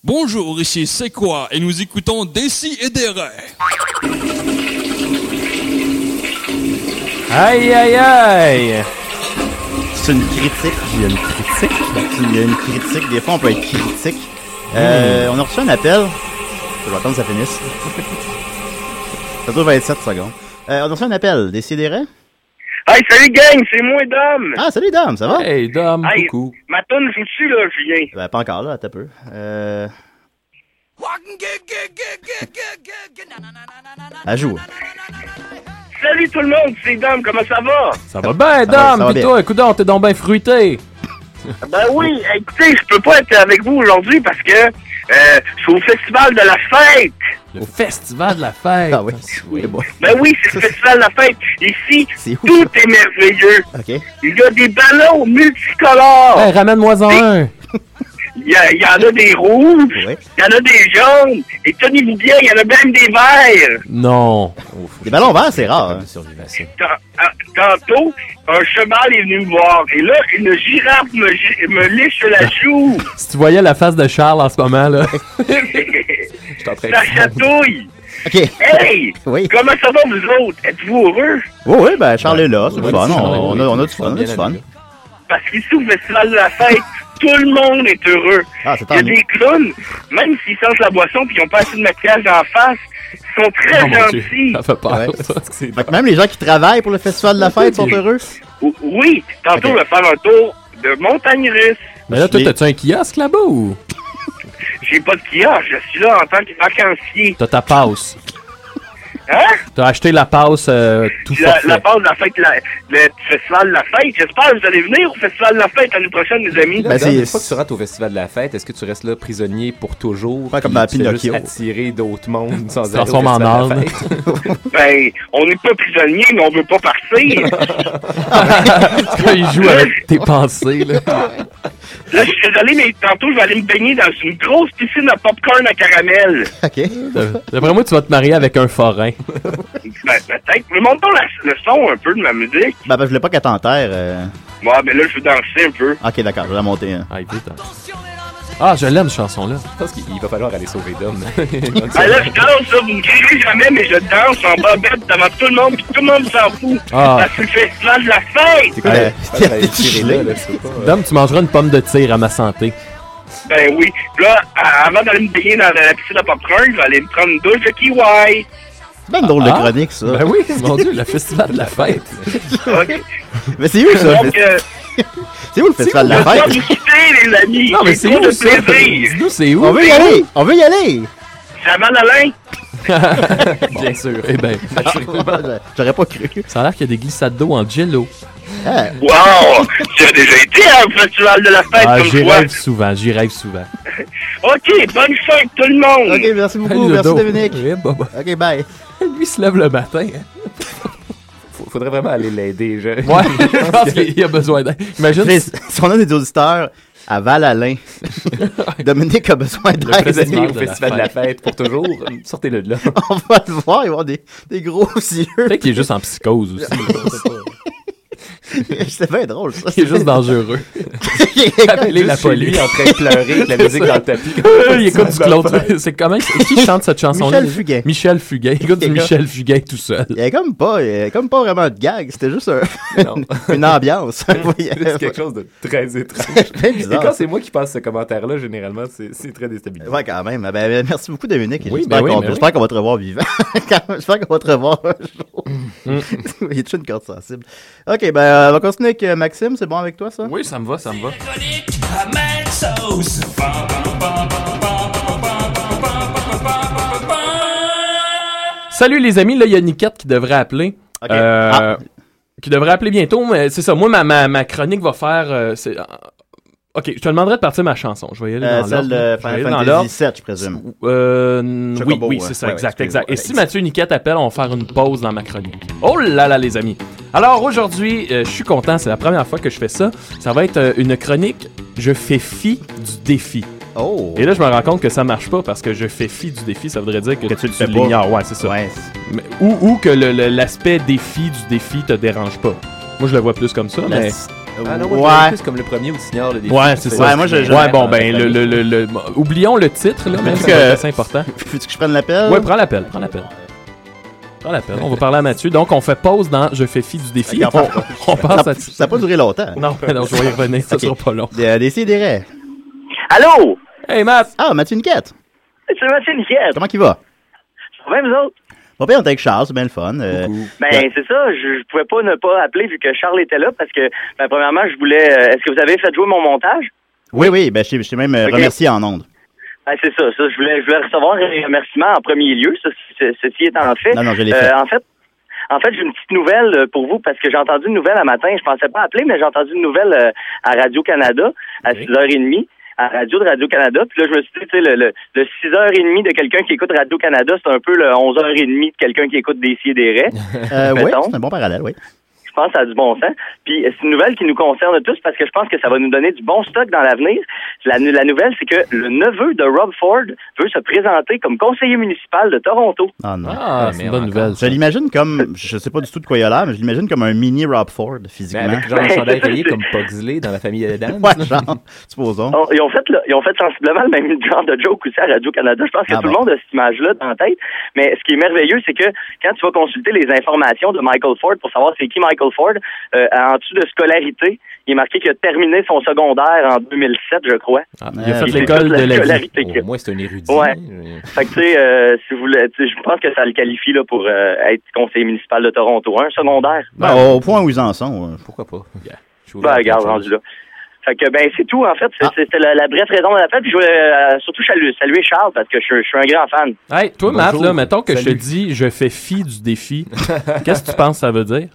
S17: Bonjour, ici C'est quoi et nous écoutons Décis et des
S5: Aïe, aïe, aïe.
S4: C'est une critique. Il y a une critique. Il y a une critique. Des fois, on peut être critique. Euh, On a reçu un appel. Je vais attendre que ça finisse. ça doit 27 secondes. Euh, on a reçu un appel. Décidérez.
S15: Hey, salut gang, c'est moi Dom.
S4: Ah, salut, Dom. Ça va?
S5: Hey, Dom.
S15: Hey, ma tonne joue-tu là, Julien?
S4: Ben, pas encore, là. Attends un peu. Euh... À jour.
S15: Salut tout le monde, c'est Dom, comment ça va?
S5: Ça va bien,
S15: Ça va, ça
S5: Dom.
S15: va
S5: Pis
S15: bien.
S5: toi, écoute, t'es donc bien fruité.
S15: Ben oui, écoutez, je peux pas être avec vous aujourd'hui parce que euh, je suis au festival de la fête.
S5: Le festival de la fête.
S4: Ah oui. C'est bon.
S15: Ben oui, c'est le festival de la fête. Ici, tout est merveilleux.
S4: OK.
S15: Il y a des ballons multicolores.
S5: Hey, ramène-moi-en un.
S15: Il y, a- il y en a des rouges, il y en a des jaunes, et tenez-vous bien, il y en a même des verts.
S5: Non.
S4: Les ballons verts, c'est rare. hein.
S15: Tant- ah, Tantôt, un cheval est venu me voir, et là, une girafe me, gi- me liche la joue.
S5: Si tu voyais la face de Charles en ce moment, là.
S15: Ça chatouille. Hey! Comment ça va, vous autres? Êtes-vous heureux?
S4: Oui, oui, ben Charles est là, c'est
S15: Ouais,
S4: le fun.
S15: Charles,
S4: On, on a,
S15: oui,
S4: on a du
S15: tu
S4: fun, on a
S15: vas
S4: du
S15: bien
S4: fun.
S15: Parce qu'ici, au Festival de la Fête, tout le monde est heureux.
S4: Ah, c'est
S15: Il y a
S4: tant mieux.
S15: des clowns, même s'ils sentent la boisson puis ils n'ont pas assez de maquillage en face, ils sont très
S4: Oh, mon Dieu.
S15: gentils.
S5: Ça fait peur.
S4: Fait que même les gens qui travaillent pour le festival de la fête sont heureux.
S15: O- Oui, tantôt, on va faire un tour de montagne russe.
S5: Mais là, toi, t'as-tu un kiosque là-bas ou
S15: J'ai pas de kiosque, je suis là en tant que vacancier.
S5: t'as ta passe?
S15: Hein?
S5: T'as acheté la passe euh, tout
S15: La,
S5: forfait.
S15: la part de la fête, la- le Festival de la Fête. J'espère que vous allez venir au Festival de la Fête l'année prochaine, les amis.
S4: Ben,
S6: Là, Ben, c'est une fois que tu rentres au festival de la fête, est-ce que tu restes là prisonnier pour toujours
S4: comme
S6: puis
S4: dans
S6: tu te fais
S4: Pinocchio.
S6: juste attirer d'autres mondes sans
S5: Se transforme en âne.
S15: Ben, on n'est pas prisonnier, mais on veut pas partir.
S5: Quand il joue avec tes pensées, là.
S15: Là, je suis désolé, mais tantôt, je vais aller me baigner dans une grosse piscine à popcorn à caramel.
S4: OK.
S5: D'après moi, tu vas te marier avec un forain.
S15: Ben, peut-être. Mais monte le son un peu de ma musique.
S4: Ben, ben, je voulais pas qu'elle t'enterre. euh.
S15: Moi, ben là, je veux danser un peu.
S4: Ok, d'accord, je vais la monter. hein.
S5: Ah, je l'aime, cette chanson-là.
S6: Je pense qu'il va falloir aller sauver Dom.
S15: Ben là, je danse, là, vous me crierez jamais, mais je danse en bobette devant tout le monde, puis tout le monde s'en fout.
S5: Ah.
S15: Parce que c'est le festival de la fête!
S4: Euh,
S5: Ouais.
S6: là, là, c'est pas, euh,
S5: Dom, tu mangeras une pomme de tir à ma santé.
S15: Ben oui. Puis Là, à- avant d'aller me baigner dans la piscine à popcorn, je vais aller me prendre une douche de kiwi.
S4: C'est pas une drôle de chronique, ça.
S5: Ben oui, mon Dieu, le festival de la fête.
S15: OK.
S4: Mais c'est où,
S14: Ben,
S4: ça?
S15: Donc, euh,
S4: C'est où le festival de la
S15: je dois
S4: fête?
S15: vous quitter, les amis.
S4: Non, mais c'est
S15: trop
S4: où,
S15: de
S4: ça?
S15: plaisir.
S5: Nous, c'est où?
S4: On veut y aller! On veut y aller!
S15: Savane Alain.
S5: Bien sûr. Eh ben,
S4: j'aurais pas cru.
S5: Ça a l'air qu'il y a des glissades d'eau en jello.
S15: Wow! Tu as déjà été au festival de la fête
S5: Ah,
S15: comme
S5: j'y
S15: toi.
S5: rêve souvent, j'y rêve souvent.
S15: OK, bonne fête tout le monde.
S4: OK, merci beaucoup.
S5: Salut,
S4: Merci,
S5: Dodo.
S4: Dominique.
S5: Eh, bye bye.
S4: OK, bye.
S5: Lui il se lève le matin. hein.
S6: faut- faudrait vraiment aller l'aider. Je...
S5: Ouais, je pense qu'il y a besoin d'aide. Imagine
S4: Chris, si on a des auditeurs à Val-Alain, Dominique a besoin d'aide.
S6: Le prisonnier au festival de la fête pour toujours. Sortez-le de là.
S4: On va le voir, il va avoir des, des gros yeux.
S5: Peut-être qu'il est juste en psychose aussi.
S4: C'est bien drôle, ça.
S5: Il est juste dangereux. Appelez la police.
S6: en train de pleurer avec la musique dans le tapis.
S5: il écoute du Claude. C'est comment Qui chante cette chanson-là
S4: Michel Fugain.
S5: Michel Fugain. Il écoute du
S4: C'est comme-
S5: Michel Fugain tout seul.
S4: Il n'y a comme pas, il y avait comme pas vraiment de gag, c'était juste un- une ambiance.
S6: C'est quelque chose de très étrange.
S4: bien bizarre.
S6: Et quand c'est moi qui passe ce commentaire-là, généralement, c'est c'est très déstabilisant.
S4: Ouais, quand même. Ben, ben, merci beaucoup, Dominique.
S6: Oui,
S4: j'espère
S6: ben oui,
S4: qu'on
S6: ben oui.
S4: j'espère qu'on va te revoir vivant. Quand- j'espère qu'on va te revoir un jour. Il est une corde sensible. OK, ben, euh, on va continuer avec euh, Maxime. C'est bon avec toi, ça?
S5: Oui, ça me va, ça me va. Salut les amis, là il y a Niquette qui devrait appeler. Euh,
S4: Ah,
S5: Qui devrait appeler bientôt, mais c'est ça. Moi, ma, ma, ma chronique va faire. euh, c'est- euh, ok, je te demanderai de partir ma chanson. Je vais y aller
S4: Euh,
S5: dans
S4: celle
S5: l'ordre.
S4: de
S5: Je vais y aller
S4: Final
S5: dans
S4: Fantasy
S5: l'ordre.
S4: VII, je présume.
S5: Euh, oui,
S4: Chocobo,
S5: oui,
S4: ouais.
S5: c'est ça,
S4: Ouais,
S5: exact,
S4: ouais,
S5: exact. Et
S4: excuse-moi,
S5: si Mathieu Niquette appelle, on va faire une pause dans ma chronique. Oh là là, les amis. Alors aujourd'hui, euh, je suis content, c'est la première fois que je fais ça. Ça va être euh, une chronique Je fais fi du défi.
S4: Oh.
S5: Et là, je me rends compte que ça marche pas parce que je fais fi du défi, ça voudrait dire que, tu,
S4: fais pas.
S5: l'ignores. Ouais, c'est ça. Ah, Mais- ou, ou que le- le- l'aspect défi du défi te dérange pas. Moi, je le vois plus comme ça, mais.
S6: Ah non, moi, je
S5: Ouais.
S6: l'avais plus comme le premier où tu ignores le défi.
S5: Ouais,
S6: Tu
S5: c'est
S6: fais-
S5: ça. Ouais, bon, ben, le, le- le- le- bon, oublions le titre, là, même
S4: Veux-tu
S5: si
S4: que-
S5: c'est important.
S4: Veux-tu que je prenne l'appel?
S5: Ouais, prends l'appel, prends l'appel. Prends l'appel. On va parler à Mathieu. Donc, on fait pause dans Je fais fi du défi.
S4: Ok, on
S5: on,
S4: part.
S5: on passe
S4: Ça-
S5: à-
S4: Ça n'a pas duré longtemps. euh,
S5: Non, non, je vais y revenir, ça sera pas long.
S4: Décidérez.
S18: Allô?
S5: Hey, Matt!
S4: Ah, Mathieu Niquette.
S18: C'est Mathieu Niquette.
S4: Comment il va?
S18: Ça va, vous autres?
S4: Pas pire, on est avec Charles, c'est bien le fun. Euh,
S18: Ben, c'est ça. Je, je pouvais pas ne pas appeler vu que Charles était là parce que, ben, premièrement, je voulais. euh, Est-ce que vous avez fait jouer mon montage?
S4: oui, oui, ben, je t'ai- je t'ai même euh,
S18: Ok.
S4: remercié en ondes.
S18: Ben, c'est ça. ça je, voulais, je voulais recevoir un remerciement en premier lieu. Ce- ce- ceci étant fait.
S4: Non,
S18: Euh,
S4: non, je l'ai fait.
S18: en fait. En fait, j'ai une petite nouvelle euh, pour vous parce que j'ai entendu une nouvelle un matin. Je pensais pas appeler, mais j'ai entendu une nouvelle euh, à Radio-Canada à 6h30. à Radio de Radio-Canada. Puis là, je me suis dit, tu sais, le, le, le 6h30 de quelqu'un qui écoute Radio-Canada, c'est un peu le 11h30 de quelqu'un qui écoute des des raies.
S4: Euh, oui, c'est un bon parallèle, oui.
S18: Je pense que ça a du bon sens. Puis euh, c'est une nouvelle qui nous concerne tous parce que je pense que ça va nous donner du bon stock dans l'avenir. La, la nouvelle, c'est que le neveu de Rob Ford veut se présenter comme conseiller municipal de Toronto.
S4: Ah non.
S5: Ah, c'est une bonne nouvelle.
S4: Je l'imagine comme, je sais pas du tout de quoi il a l'air, mais je l'imagine comme un mini Rob Ford, physiquement.
S6: Mais avec genre un chandail rayé comme Pugsley dans la famille Adams.
S4: Ouais, genre, supposons.
S14: Oh,
S18: On- Oh, ils, ont fait, le- ils ont fait sensiblement le même genre de joke aussi à Radio-Canada. Je pense que
S4: Ah
S18: tout
S4: bon.
S18: le monde a cette image-là dans la tête. Mais ce qui est merveilleux, c'est que quand tu vas consulter les informations de Michael Ford pour savoir c'est qui Michael Ford, euh, en dessous de scolarité, il est marqué qu'il a terminé son secondaire en 2007, je crois.
S4: Euh,
S5: Il a
S18: Et
S5: fait
S4: ben,
S18: c'est
S5: l'école
S18: toute
S5: de la vie.
S18: scolarité qu'il a.
S6: Moi, c'est un érudit.
S18: Ouais. Fait que, tu sais, euh, si vous voulez, tu sais, je pense que ça le qualifie là, pour euh, être conseiller municipal de Toronto. Un secondaire.
S4: Ben, au point où ils en sont. hein. ouais.
S6: Pourquoi pas?
S18: Ben, regarde, rendu là. Fait que, ben, c'est tout, en fait.
S4: Ah.
S18: C'est- C'était la, la brève raison de la fête. Puis je voulais euh, surtout saluer, saluer Charles parce que je, suis- je suis un grand fan.
S5: Hey, toi, Matt,
S6: Bonjour.
S5: là, mettons que je
S6: Salut.
S5: te dis, je fais fi du défi. Qu'est-ce que tu penses que ça veut dire?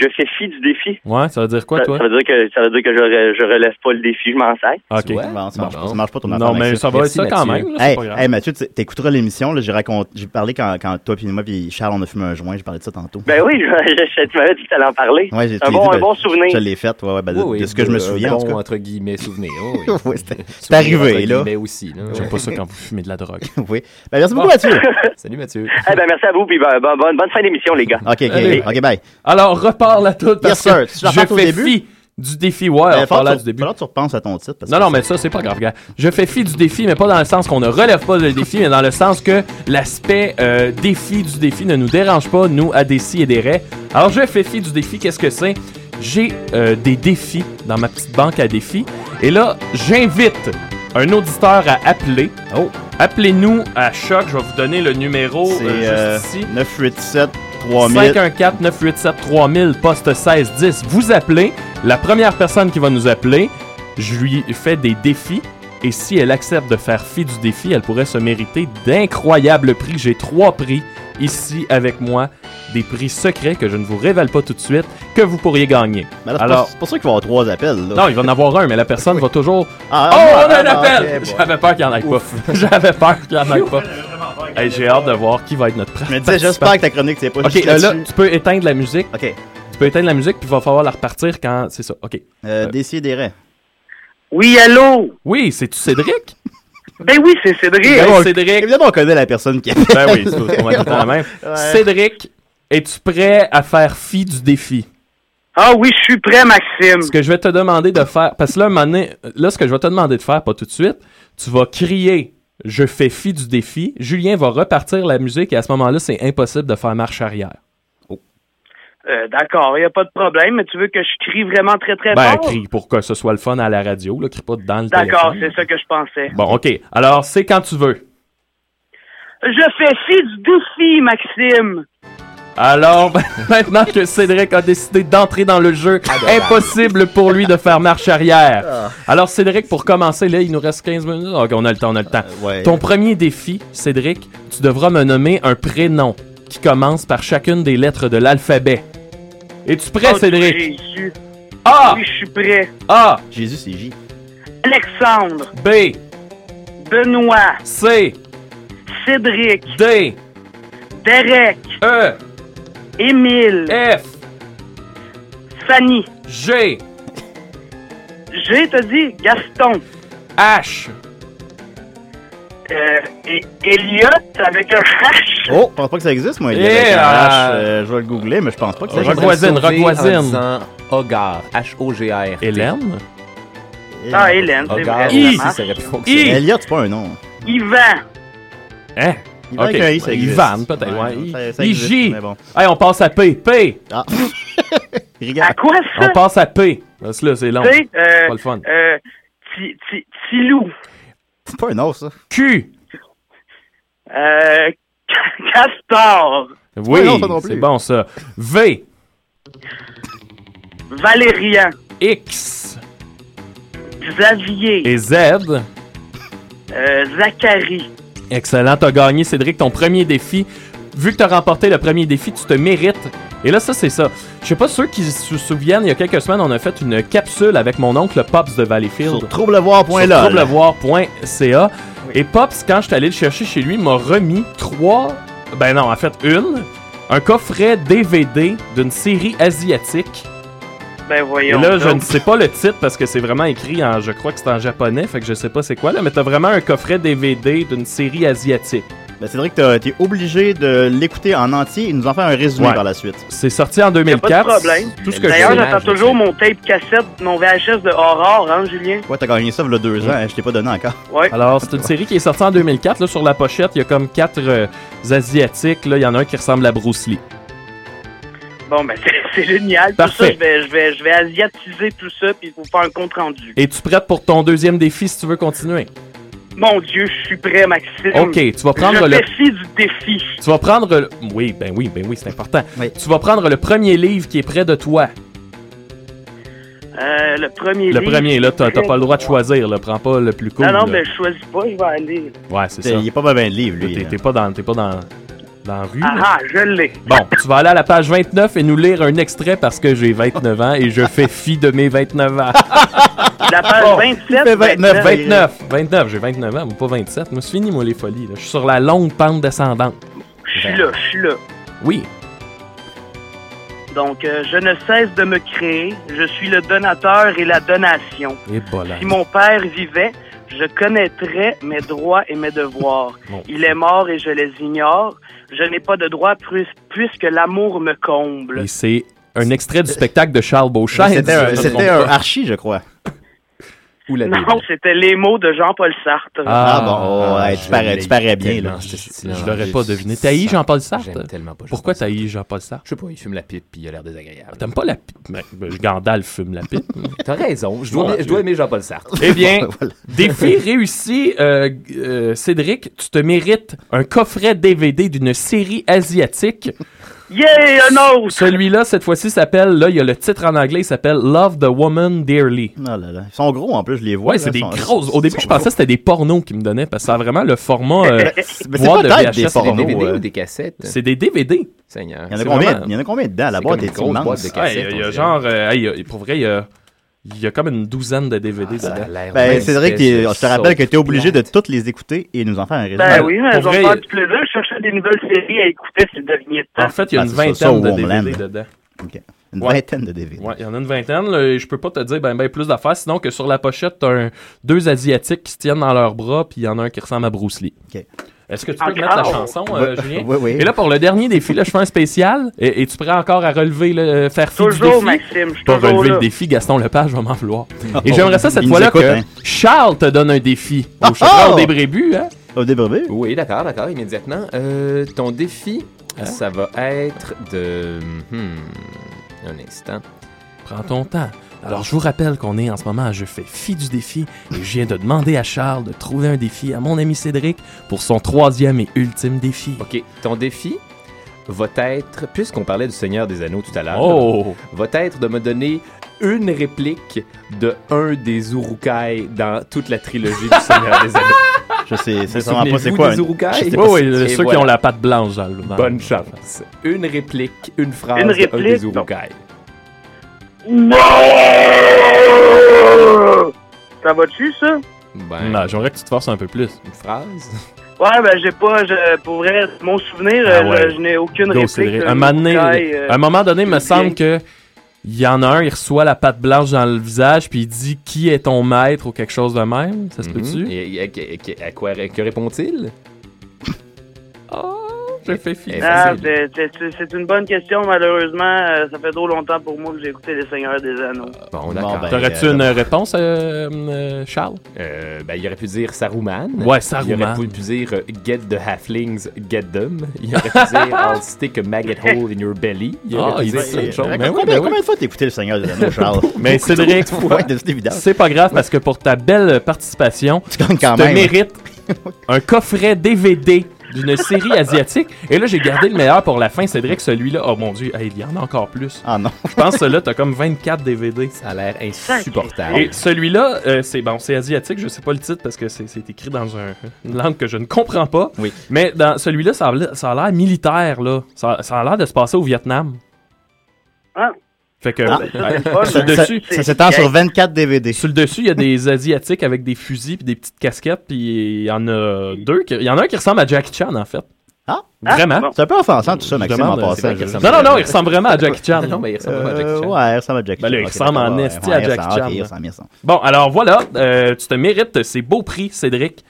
S18: Je fais fi du défi.
S5: Ouais, ça veut dire quoi,
S18: ça,
S5: toi?
S18: ça veut dire que, ça veut dire que je, re- je relève pas le défi, je m'en sers.
S5: Ok.
S4: Tu vois? Bon, ça, marche pas, ça marche pas Euh, ton affaire,
S5: Non, mais
S4: Mathieu.
S5: ça va être ça quand même. là, c'est
S4: Hey,
S5: pas grave.
S4: hey, Mathieu, tu- t'écouteras l'émission. là, J'ai raconté- j'ai parlé quand, quand toi, puis moi, puis Charles, on a fumé un joint. J'ai parlé de ça tantôt.
S18: Ben oui, je, je- tu m'avais dit que t'allais en parler.
S4: Ouais, j'ai-
S18: un
S4: tu l'as
S18: bon,
S4: dit,
S18: un
S4: ben,
S18: bon souvenir.
S4: Je l'ai faite, ouais, ouais, ben, de,
S6: Oui, oui,
S4: de ce que je me
S6: euh,
S4: souviens.
S6: bon,
S4: en tout cas.
S6: entre guillemets, souvenir. Oh, Oui,
S4: Ouais, c'était-
S6: Souvenir,
S4: c'est arrivé,
S6: entre
S4: là.
S6: guillemets aussi. là,
S5: J'aime
S6: ouais.
S5: pas ça quand vous fumez de la drogue.
S4: oui. Ben, merci beaucoup, Mathieu.
S6: Salut Mathieu.
S18: Eh ben, merci à vous, puis ben, bonne, bonne fin d'émission, les gars.
S4: OK,
S5: Allez.
S4: OK, OK, bye.
S5: Alors, repars la toute parce
S4: sir.
S5: que
S4: Tu la repartes
S5: je
S4: au
S5: fais
S4: début?
S5: fi du défi. Ouais, on
S4: Ben,
S5: parle
S4: falloir
S5: là
S4: que
S5: du
S4: tu-
S5: début.
S4: falloir que tu repenses à ton titre. Parce
S5: Non, non, mais ça, c'est pas grave. regarde. Je fais fi du défi, mais pas dans le sens qu'on ne relève pas le défi, mais dans le sens que l'aspect euh, défi du défi ne nous dérange pas, nous, à des si et des raies. Alors, je fais fi du défi. Qu'est-ce que c'est? J'ai euh, des défis dans ma petite banque à défis. Et là, j'invite un auditeur à appeler.
S4: Oh.
S5: Appelez-nous à Choc. Je vais vous donner le numéro
S4: c'est
S5: euh,
S4: euh,
S5: juste ici.
S4: 987 3000.
S5: 514-987-3000, poste 1610. Vous appelez. La première personne qui va nous appeler, je lui fais des défis. Et si elle accepte de faire fi du défi, elle pourrait se mériter d'incroyables prix. J'ai trois prix ici avec moi. Des prix secrets que je ne vous révèle pas tout de suite, que vous pourriez gagner.
S4: Ben là, c'est
S5: Alors,
S4: pas- c'est pour ça qu'il va y avoir trois appels. là.
S5: non, il va en avoir un, mais la personne va toujours.
S4: Ah,
S5: oh,
S4: ah,
S5: on a un
S4: ah,
S5: appel!
S4: ok, bon.
S5: J'avais peur qu'il n'y en ait pas. J'avais peur qu'il n'y en ait pas. Hey, J'ai hâte de voir qui va être notre
S4: Je me disais, j'espère que ta chronique, c'est pas
S5: Ok,
S4: juste
S5: euh, là,
S4: là-dessus.
S5: tu peux éteindre la musique.
S4: Ok.
S5: Tu peux éteindre la musique, puis il va falloir la repartir quand. C'est ça, ok.
S4: Euh, Décidérez.
S12: Oui, allô?
S5: Oui, c'est-tu Cédric?
S12: Ben oui, c'est Cédric.
S5: Ben, Cédric.
S4: Évidemment, on connaît la personne qui
S5: Ben oui, c'est on va tout le temps la même.
S12: Ouais.
S5: Cédric, es-tu prêt à faire fi du défi?
S12: Ah oui, je suis prêt, Maxime.
S5: Ce que je vais te demander de faire, parce que là, un moment donné, là, ce que je vais te demander de faire, pas tout de suite, tu vas crier Je fais fi du défi. Julien va repartir la musique et à ce moment-là, c'est impossible de faire marche arrière.
S12: Euh, D'accord, il n'y a pas de problème, mais tu veux que je crie vraiment très très
S5: Ben,
S12: fort?
S5: crie pour que ce soit le fun à la radio, là, crie pas dans le
S12: D'accord,
S5: téléphone.
S12: c'est ça que je pensais.
S5: Bon, ok. Alors, c'est quand tu veux.
S12: Je fais fi du défi, Maxime.
S5: Alors, maintenant que Cédric a décidé d'entrer dans le jeu, impossible pour lui de faire marche arrière. Alors, Cédric, pour commencer, là, il nous reste 15 minutes. Ok, on a le temps, on a le temps. Ton premier défi, Cédric, tu devras me nommer un prénom qui commence par chacune des lettres de l'alphabet. Es-tu prêt,
S12: Oh,
S5: Cédric?
S12: Jésus.
S5: Ah!
S12: Oui, je suis prêt.
S5: A,
S4: Jésus, c'est J.
S12: Alexandre,
S5: B,
S12: Benoît,
S5: C,
S12: Cédric,
S5: D,
S12: Derek,
S5: E,
S12: Émile,
S5: F,
S12: Fanny.
S5: G,
S12: J'ai te dit Gaston.
S5: H.
S12: Euh, et Elliot avec un H.
S4: Oh, je pense pas que ça existe, moi. Il y
S5: Eh,
S4: avait un H,
S5: euh,
S4: euh, je vais le googler, mais je pense pas que ça
S5: Rock
S4: existe.
S5: voisine, rock
S6: Sauvé En
S5: voisine.
S6: disant Hogar, H-O-G-R.
S5: Hélène? Oh,
S12: Ah, Hélène, c'est
S6: Hogar,
S12: vrai.
S6: aussi,
S12: ça
S6: ça aurait pu
S12: marche.
S6: fonctionner.
S4: Elliot, c'est pas un nom.
S12: Yvan.
S5: Hein?
S4: Ivan avec un I, ça existe.
S5: Ivan, peut-être.
S4: Ouais,
S5: Ouais,
S4: ça- ça
S5: I-
S4: existe,
S5: IJ.
S4: mais bon.
S5: Hey, on passe à P. P.
S4: Regarde.
S14: Ah.
S12: À quoi ça?
S5: On passe à P. Parce que là, c'est long.
S12: Tu sais, euh,
S5: Pas le fun.
S12: euh, Ti- Ti- Tilou.
S4: C'est pas un nom, ça.
S5: Q.
S12: Euh, Castor.
S5: Oui,
S12: Ouais, non, ça non plus.
S5: c'est bon ça. V.
S12: Valérian.
S5: X.
S12: Xavier.
S5: Et Z.
S12: Euh, Zachary.
S5: Excellent, t'as gagné, Cédric, ton premier défi. Vu que t'as remporté le premier défi, tu te mérites Et là, ça, c'est ça. Je sais pas ceux qui se souviennent, il y a quelques semaines, on a fait une capsule avec mon oncle Pops de Valleyfield.
S4: Sur troublevoir.lol.
S5: Sur troublevoir.ca. Et Pops, quand je suis allé le chercher chez lui, m'a remis trois. Ben non, en fait, une. Un coffret DVD d'une série asiatique.
S12: Ben
S5: Et
S12: voyons.
S5: là, je
S12: donc.
S5: ne sais pas le titre parce que c'est vraiment écrit en. Je crois que c'est en japonais, fait que je sais pas c'est quoi là, mais t'as vraiment un coffret DVD d'une série asiatique.
S4: Ben, c'est vrai que t'as été obligé de l'écouter en entier et nous en faire un résumé
S5: Ouais.
S4: par la suite.
S5: C'est sorti en
S12: Y a pas
S5: 2004.
S12: de problème.
S5: Tout ce que
S12: D'ailleurs,
S5: je sais.
S12: j'attends toujours mon tape cassette, mon VHS de Aurore, hein, Julien?
S4: Ouais, t'as gagné ça il y a deux
S5: Mm.
S4: ans, hein, je t'ai pas donné encore.
S12: Ouais.
S5: Alors, c'est une série qui est sortie en 2004. Là, sur la pochette, il y a comme quatre euh, Asiatiques. Là, Il y en a un qui ressemble à Bruce Lee.
S12: Bon, ben, c'est- c'est génial. Tout
S5: Parfait.
S12: ça, je vais, je vais, je vais asiatiser tout ça, puis vous faire un compte rendu.
S5: Es-tu prête pour ton deuxième défi si tu veux continuer?
S12: Mon Dieu, je suis prêt, Maxime.
S5: Ok, tu vas prendre
S12: je
S5: le-
S12: fais fi du défi.
S5: Tu vas prendre... le- Oui, ben oui, ben oui, c'est important. Tu vas prendre le premier livre qui est près de toi.
S12: Euh, le premier
S5: Le
S12: livre,
S5: premier, là,
S12: c'est
S5: t'as t'as
S12: prêt.
S5: pas le droit de choisir. Là. Prends pas le plus cool.
S12: Non, non,
S5: là.
S12: ben, je choisis pas, je vais aller.
S5: Ouais, c'est
S4: T'es-
S5: ça.
S4: il est pas bien de livre, lui, hein.
S5: T'es
S4: là.
S5: t'es pas dans, t'es pas dans, dans la rue.
S12: Ah,
S5: là.
S12: ah, je l'ai.
S5: Bon, tu vas aller à la page 29 et nous lire un extrait parce que j'ai 29 ans et je fais fi de mes 29 ans. ah,
S12: La page 27.
S5: 29, 29, 29, j'ai 29 ans, mais pas 27. Moi, c'est fini, moi, les folies. là. Je suis sur la longue pente descendante.
S12: Je suis là, je suis là.
S5: Oui.
S12: Donc, euh, je ne cesse de me créer. Je suis le donateur et la donation.
S5: Et voilà.
S12: Si mon père vivait, je connaîtrais mes droits et mes devoirs.
S5: Bon.
S12: Il est mort et je les ignore. Je n'ai pas de droits puis- puisque l'amour me comble.
S5: Et c'est un extrait du spectacle de Charles Beauchamp.
S4: C'était un- c'était un archi,
S5: je crois. Ou la Bible.
S12: Non, c'était les mots de Jean-Paul Sartre.
S4: Ah, bon, ouais, tu parais- tu parais bien, là.
S5: Je l'aurais pas deviné. T'as eu Jean-Paul Sartre? Pourquoi t'as eu Jean-Paul Sartre?
S6: Je sais pas, il fume la pipe puis il a l'air désagréable.
S5: T'aimes pas la pipe? Ben, ben, Gandalf fume la pipe.
S6: T'as raison, je
S5: Mon
S6: dois, je
S5: Dieu.
S6: dois aimer Jean-Paul Sartre.
S5: Eh bien,
S6: Voilà.
S5: défi réussi, euh, euh, Cédric, tu te mérites un coffret DVD d'une série asiatique.
S12: Yeah, un autre!
S5: Celui-là, cette fois-ci, s'appelle, là, il y a le titre en anglais, il s'appelle Love the Woman Dearly.
S4: Oh là là. Ils sont gros en plus, je les vois.
S5: Ouais,
S4: là,
S5: c'est des
S4: ils sont-
S5: grosses. Au début, je pensais que c'était des pornos qu'ils me donnaient parce que ça a vraiment le format. euh,
S4: Mais c'est
S5: boîte de
S4: peut-être
S5: VHS.
S4: des pornos,
S5: C'est
S4: euh.
S6: cassettes?
S5: C'est des DVD.
S6: Seigneur.
S4: Il y en a
S5: C'est
S4: combien-
S5: vraiment-
S4: il y en a combien dedans? La
S5: C'est
S4: boîte
S5: comme
S4: est
S5: une grosse
S4: immense.
S5: boîte de cassettes, Ouais, Il y a genre. euh, hey, il y a- pour vrai, il y a. il y a comme une douzaine de DVD dedans.
S4: Ben, c'est vrai que t'es- je te rappelle que tu es obligé de toutes les écouter et nous en faire un résumé.
S12: Ben oui,
S4: mais
S12: mais je vais me faire du plaisir. Je cherchais des nouvelles séries à écouter ces derniers temps.
S4: Ah.
S5: En fait, il y a une vingtaine de DVD dedans.
S4: Une
S5: Ouais.
S4: vingtaine de DVD.
S5: Ouais, il y en a une vingtaine. là, et je peux pas te dire ben, ben plus d'affaires, sinon que sur la pochette, t'as un- deux Asiatiques qui se tiennent dans leurs bras, puis il y en a un qui ressemble à Bruce Lee. Est-ce que tu peux
S7: Encore?
S5: mettre la chanson, euh,
S7: Oui.
S5: Julien?
S7: Oui, oui.
S5: Et là, pour le dernier défi, là, je fais un spécial. Et, et tu prêt encore à relever, le, faire fi du
S7: Toujours,
S5: défi?
S7: Maxime, je suis
S5: Pas
S7: toujours
S5: relever
S7: là.
S5: le défi, Gaston Lepage va m'en vouloir.
S7: Oh,
S5: et j'aimerais ça cette
S7: il nous
S5: fois-là
S7: écoute,
S5: que
S7: hein. Ah,
S5: Charles te donne un défi. Au
S6: oh!
S5: Château des Brébus, hein?
S4: Au débrébus?
S6: Oui, d'accord, d'accord, immédiatement. Euh, ton défi,
S5: Hein?
S6: ça va être de... hmm, un instant.
S5: Prends ton temps. Alors, je vous rappelle qu'on est en ce moment à Je fais fi du défi et je viens de demander à Charles de trouver un défi à mon ami Cédric pour son troisième et ultime défi.
S6: OK. Ton défi va être, puisqu'on parlait du Seigneur des Anneaux tout à l'heure,
S5: Oh!
S6: va être de me donner une réplique de un des Urukai dans toute la trilogie du Seigneur des Anneaux.
S4: Je sais,
S6: Vous
S4: c'est sûrement pas
S6: souvenez-vous
S4: c'est quoi.
S6: des
S4: un-
S6: Urukai?
S4: je sais pas
S5: Oui,
S4: si-
S5: oui,
S6: Et
S5: ceux qui
S6: voilà.
S5: ont la patte blanche. dans le- dans-
S6: Bonne chance. Une réplique, une phrase
S5: Une
S6: de un
S5: réplique,
S6: des Urukai.
S12: Ça va-tu, ça?
S5: Non, j'aimerais que tu te forces un peu plus. Une
S6: Ben, phrase?
S12: Ouais, ben, j'ai pas, je, pour vrai, mon souvenir,
S5: Ah
S12: euh,
S5: ouais.
S12: je, je n'ai aucune
S5: Go,
S12: réplique.
S5: Cédric.
S12: euh,
S5: un, moment donné,
S12: Urukai, euh,
S5: à un moment donné, il me semble que il y en a un, il reçoit la patte blanche dans le visage, puis il dit Qui est ton maître ou quelque chose de même Ça se peut-tu
S6: Mhm. Et, et- et- et- à quoi que répond-il? Eh
S5: Oh, je fais fi.
S6: ben,
S12: Ah, c'est- c'est c'est- c'est une bonne question, malheureusement. euh, ça fait trop longtemps pour moi que j'ai écouté Les Seigneurs des Anneaux.
S6: Bon,
S5: Bon,
S6: d'accord.
S5: ben, T'aurais-tu euh, une réponse, Charles?
S6: ben, il aurait pu dire Saruman.
S5: Ouais, Saruman.
S6: Il aurait pu- pu dire euh, Get the halflings, get them. Il aurait pu dire I'll stick a maggot hole in your belly. Il aurait
S5: Ah,
S6: pu
S5: il
S6: dire
S5: dit-
S6: plein de choses.
S5: Ben
S4: Mais
S5: oui,
S4: combien,
S5: ben oui.
S4: combien de fois t'as écouté Le Seigneur des Anneaux, Charles?
S5: Mais
S4: Beaucoup
S5: Cédric,
S4: trop. Ouais, c'est évident.
S5: c'est pas grave parce que pour ta belle participation, tu,
S4: quand
S5: te
S4: Ah, même. hein.
S5: mérites un coffret DVD d'une série asiatique. Et là, j'ai gardé le meilleur pour la fin, Cédric, celui-là. Oh mon dieu, hey, il y en a encore plus.
S4: Ah non.
S5: Je pense que là, t'as comme 24 DVD. Ça
S6: a l'air insupportable.
S5: Et celui-là, euh, c'est bon, c'est asiatique, je sais pas le titre parce que c'est c'est écrit dans un- une langue que je ne comprends pas.
S6: Oui.
S5: Mais dans celui-là, ça a l'air- ça a l'air militaire, là. Ça, ça a l'air de se passer au Vietnam.
S12: Ah.
S5: Fait que
S4: Ah.
S5: ben,
S4: Ça-
S5: sur le
S4: ça-
S5: dessus,
S4: ça s'étend sur 24 DVD.
S5: Sur le dessus, il y a des asiatiques avec des fusils puis des petites casquettes, puis il y en a deux. qui- Il y en a un qui ressemble à Jackie Chan en fait.
S4: Ah,
S5: vraiment.
S4: C'est un peu offensant tout ça,
S5: Je
S4: Maxime, en
S5: demande, euh,
S4: passant.
S5: c'est vrai qu'il ressemble- Non, non, non, il ressemble vraiment à Jackie Chan.
S4: Non,
S5: Non, mais il ressemble pas à Jackie Chan.
S4: Euh, Ouais, il ressemble à Jackie Chan.
S5: Ben là, il
S4: Ok,
S5: ressemble
S4: d'accord,
S5: en
S4: ouais,
S5: esti
S4: ouais,
S5: à
S4: il
S5: Jackie
S4: ressemble,
S5: Chan.
S4: ok, il
S5: là.
S4: ressemble, il ressemble.
S5: Bon, alors voilà, euh, tu te mérites ces beaux prix, Cédric,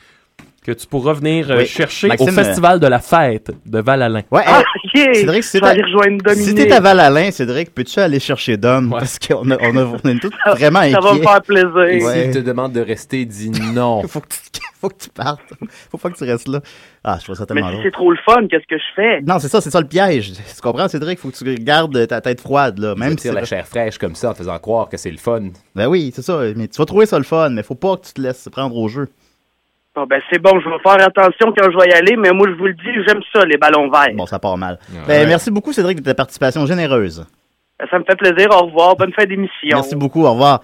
S5: que tu pourras venir euh,
S4: Oui.
S5: chercher au
S4: Maxime,
S5: Festival de la Fête de Val-Alain.
S4: Ouais,
S5: Ah!
S4: hey, Cédric, si
S5: Je
S4: t'es
S5: vais
S4: à-
S5: aller
S4: si
S5: rejoindre Dominique.
S4: t'es à Val-Alain, Cédric, peux-tu aller chercher Dom? Parce qu'on a, on a, on est tous vraiment inquiets.
S6: Et
S4: Ouais.
S6: s'il te demande de rester, dis non.
S4: faut, que tu, faut que tu partes. Faut pas que tu restes là. Ah, je trouve ça
S12: Mais
S4: tellement
S12: si
S4: drôle.
S12: c'est trop le fun, qu'est-ce que je fais?
S4: Non, c'est ça, c'est ça le piège. Tu comprends, Cédric? Faut que tu gardes ta tête froide, là. Même si
S6: Tire la chair fraîche comme ça en faisant croire que c'est le fun.
S4: Ben oui, c'est ça. Mais tu vas trouver ça le fun, mais faut pas que tu te laisses prendre au jeu.
S12: Bon, ben c'est bon, je vais faire attention quand je vais y aller, mais moi, je vous le dis, j'aime ça, les ballons verts.
S4: Bon, ça part mal. Ben, merci beaucoup, Cédric, de ta participation généreuse.
S12: Ça me fait plaisir, au revoir, bonne fin d'émission.
S4: Merci beaucoup, au revoir.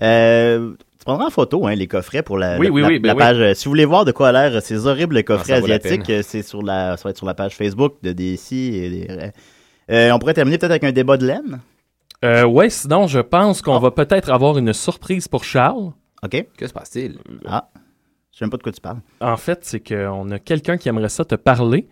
S4: Euh, tu prendras en photo hein, les coffrets pour la,
S12: Oui,
S4: la-
S12: oui,
S4: la-
S12: oui, ben
S4: la
S12: oui.
S4: page. euh, Si vous voulez voir de quoi a l'air ces horribles coffrets
S12: Ah, ça vaut la
S4: asiatiques, euh, c'est sur la, ça va être sur la page Facebook de DC. Et des- Euh, on pourrait terminer peut-être avec un débat de laine.
S5: Euh, ouais, sinon, je pense qu'on va peut-être avoir une surprise pour Charles.
S4: OK.
S6: Que se passe-t-il?
S4: Ah, je sais même pas de quoi tu parles.
S5: En fait, c'est qu'on a quelqu'un qui aimerait ça te parler,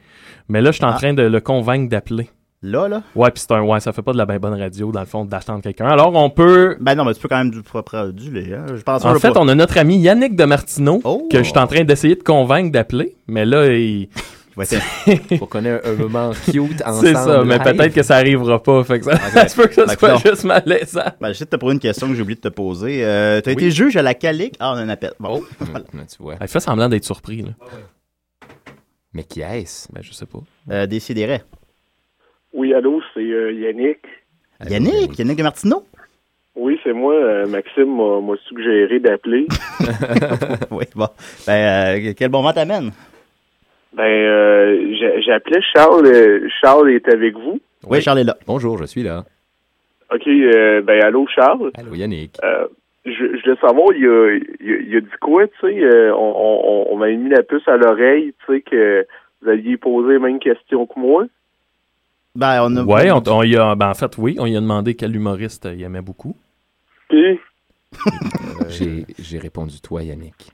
S5: mais là, je suis
S4: Ah.
S5: en train de le convaincre d'appeler.
S4: Là, là?
S5: Ouais, puis c'est un. Ouais, ça fait pas de la ben bonne radio, dans le fond, d'attendre quelqu'un. Alors, on peut.
S4: Ben non, mais tu peux quand même du propre du lait. hein. Je pense
S5: En
S4: pas-
S5: fait, on a notre ami Yannick de Martineau que je suis en train d'essayer de convaincre d'appeler, mais là, il.
S6: Pour qu'on ait un, un moment cute ensemble.
S5: C'est ça, mais peut-être que ça arrivera pas. Fait que ça, ça se peut que ça
S4: Fait que
S5: soit
S4: non.
S5: juste malaisant.
S4: Ben, j'essaie de te poser une question que j'ai oublié de te poser. Euh, t'as
S5: Oui. Oh.
S4: été juge à la Calique? Ah, on a un appel. Bon. voilà.
S6: tu vois.
S5: Il fait semblant d'être surpris, là.
S6: Mais qui est-ce?
S5: Ben, je sais pas.
S4: Euh, Décidérez.
S14: Oui, allô, c'est euh, Yannick.
S5: Euh,
S4: Yannick, Yannick de Martineau.
S14: Oui, c'est moi. euh, Maxime m'a m'a suggéré d'appeler.
S4: oui, bon. Ben, euh, quel bon moment t'amène?
S14: ben, euh, j'ai- j'ai appelé Charles. euh, Charles est avec vous.
S4: Oui, Charles est là.
S6: Bonjour, je suis là.
S14: OK, euh, ben, allô, Charles.
S6: Allô, Yannick.
S14: Euh, je, je voulais savoir, il y a, il y a- il y a dit quoi, tu sais? euh, on on, on, on m'a mis la puce à l'oreille, tu sais, que vous aviez posé les mêmes questions que moi.
S4: Ben, on a.
S5: Ouais, on, on y a, ben, en fait, oui, on y a demandé quel humoriste euh, il aimait beaucoup.
S14: Puis,
S6: J'ai j'ai répondu toi, Yannick.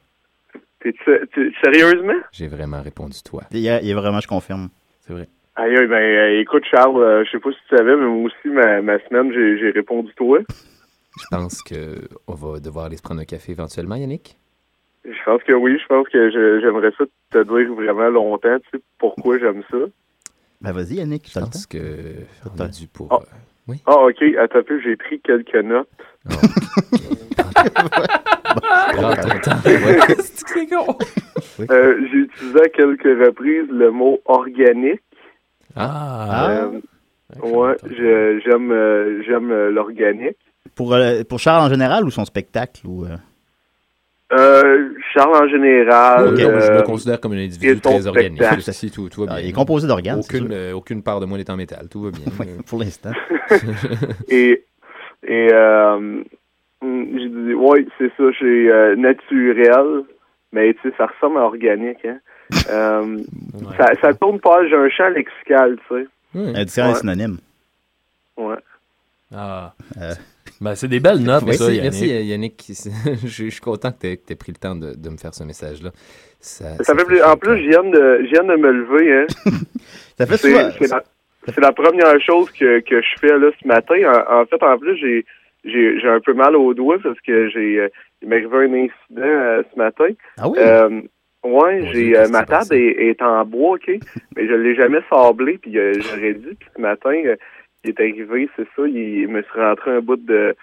S14: t'es- t'es- t'es- sérieusement?
S6: J'ai vraiment répondu toi.
S4: Il y, a, il y a vraiment, je confirme.
S5: C'est vrai.
S14: Aïe, aïe, ben, euh, écoute, Charles, euh, je sais pas si tu savais, mais moi aussi, ma, ma semaine, j'ai j'ai répondu toi.
S6: Je pense que on va devoir aller se prendre un café éventuellement, Yannick.
S14: Je pense que oui, je pense que je- j'aimerais ça te dire vraiment longtemps, tu sais, pourquoi j'aime ça.
S4: Ben, vas-y, Yannick. Je
S6: pense que on a dû pour. euh, hein?
S14: Ah, ok, attends un peu, j'ai pris quelques notes.
S5: Ah,
S4: Ah,
S5: C'est con.
S14: Euh, j'ai utilisé à quelques reprises le mot organique.
S5: Ah.
S14: Euh, ouais, je- j'aime euh, j'aime euh, l'organique.
S4: Pour, euh, pour Charles en général ou son spectacle? Ou, euh,
S14: Euh, Charles en général.
S6: Ok, moi, je
S14: euh,
S6: me considère comme un
S14: et
S6: individu
S14: son
S6: très organique.
S14: spectacle.
S6: Ceci, tout, tout va bien.
S4: Ah, ben, il est composé d'organes, c'est
S6: Aucune, euh, aucune part de moi n'est en métal. Tout va bien. Euh,
S4: pour l'instant.
S14: et et euh, mm, j'ai dit ouais c'est ça j'ai euh, naturel mais tu sais ça ressemble à organique hein Euh, ça ça tourne pas j'ai un champ lexical tu sais
S4: Un dictionnaire
S14: Ouais.
S4: synonyme.
S14: ouais
S5: Ah. Ben, c'est des belles notes,
S6: merci,
S5: ça, Yannick.
S6: merci, euh, Yannick. je, je suis content que tu aies, pris le temps de, de me faire ce message-là. Ça,
S14: ça fait plus- en plus je viens de je viens de me lever hein
S4: ça
S6: fait
S14: c'est
S6: souvent-
S14: c'est la, c'est la première chose que que je fais là ce matin en, en fait en plus j'ai j'ai j'ai un peu mal au doigt parce que j'ai euh, il m'est arrivé un incident euh, ce matin
S4: Ah oui?
S14: Euh, ouais, j'ai euh, ma table est, est en bois, ok, mais je l'ai jamais sablée, puis euh, j'aurais dit, puis ce matin, euh, il est arrivé, c'est ça, il, me serait rentré un bout de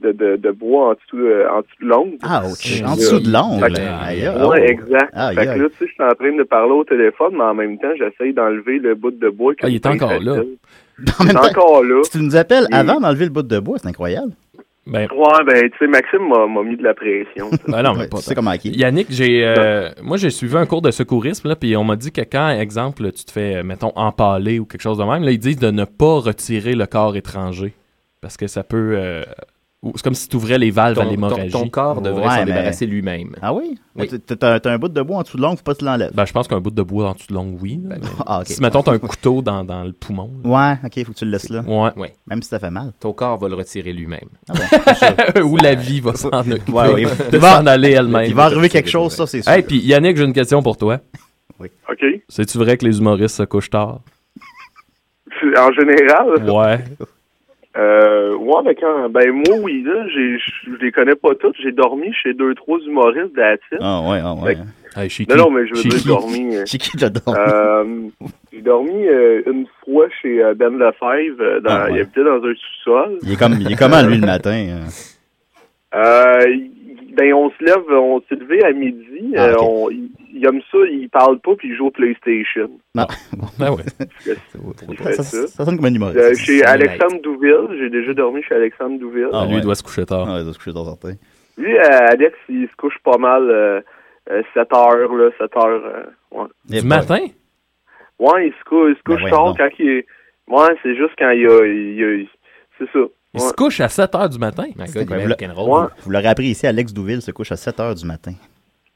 S14: de, de, de bois en dessous, euh, en dessous de l'ongle.
S4: Ah, ouch. En dessous de l'ongle.
S14: Fait que-
S4: Aïe,
S14: Ouais,
S4: oh.
S14: exact.
S4: Aïe,
S14: fait que
S4: aïe.
S14: là, tu sais, je suis en train de parler au téléphone, mais en même temps, j'essaye d'enlever le bout de bois. que
S4: Ah, il est
S14: le
S4: encore
S14: textile.
S4: là.
S14: Il est encore là.
S4: Si tu nous appelles
S14: Et-
S4: avant d'enlever le bout de bois, c'est incroyable.
S14: Ouais, ben, tu sais, Maxime m'a m'a mis de la pression.
S5: Ben non, mais pas tant. Yannick, j'ai, euh, moi, j'ai suivi un cours de secourisme, là, puis on m'a dit que quand, exemple, tu te fais, euh, mettons, empaler ou quelque chose de même, là, ils disent de ne pas retirer le corps étranger parce que ça peut euh, Ou- C'est comme si tu ouvrais les valves à
S6: Ton-
S5: l'hémorragie.
S6: ton- ton corps devrait s'en débarrasser lui-même.
S4: Ah oui? T'as- T'as t'as un bout de bois en dessous de l'ongle, faut pas que tu l'enlèves.
S5: Ben, je pense qu'un bout de bois en dessous de l'ongle, oui. là, mais
S4: Ah, ok.
S5: Si, mettons, t'as un couteau dans, dans le poumon.
S4: Ouais, ok, faut que tu le laisses là.
S5: Ouais.
S4: Même si ça fait mal.
S6: Ton corps va le retirer lui-même.
S5: Ou la vie va s'en occuper.
S4: Ouais, ouais.
S5: de
S4: Il va-
S5: s'en aller elle-même.
S4: il va arriver quelque chose, ça, c'est sûr.
S5: Hey, puis Yannick, j'ai une question pour toi.
S4: Oui.
S14: OK.
S5: C'est-tu vrai que les humoristes se couchent tard?
S14: En général,
S5: Ouais.
S14: Euh, ouais, ben, quand, ben moi, oui, là, j'ai- je je les connais pas toutes. J'ai dormi chez deux, trois humoristes de la titre.
S4: Ah ouais, ah ouais.
S14: Fait
S5: Hey, chez
S14: Non,
S5: qui?
S14: non, mais je veux
S5: Chez
S14: dire,
S5: qui?
S14: dormi. euh,
S4: Chez qui t'as dormi?
S14: euh, j'ai dormi euh, une fois chez euh, Ben Lefebvre. euh, dans- Il habitait dans un sous-sol.
S4: Il est, comme, il est comment, lui, le matin? euh?
S14: Euh, il- ben, on se lève, on s'est levé à midi.
S4: Ah,
S14: euh,
S4: ok.
S14: on- il, il aime ça, il parle pas, puis il joue au PlayStation.
S4: Non. Bon.
S5: Ben ouais.
S14: Il fait
S4: Ça, ça sonne comme un humoriste.
S14: Euh, chez Alexandre Douville, j'ai déjà dormi chez Alexandre Douville.
S5: Ah, lui, il doit se coucher tard.
S4: Ah, il doit se coucher tard, certain.
S14: Lui, euh, Alex, il se couche pas mal euh, euh, 7 heures, là, 7 heures. euh, ouais.
S4: Eh
S5: Du matin?
S14: Ouais, il se couche, il se couche
S5: Ben ouais,
S14: tard
S5: non.
S14: quand il est. Ouais, c'est juste quand il a. il a- il- c'est ça.
S5: Il se couche à 7 h du matin.
S4: Vous l'a- Vous l'aurez appris ici, Alex Douville se couche à 7 h du matin.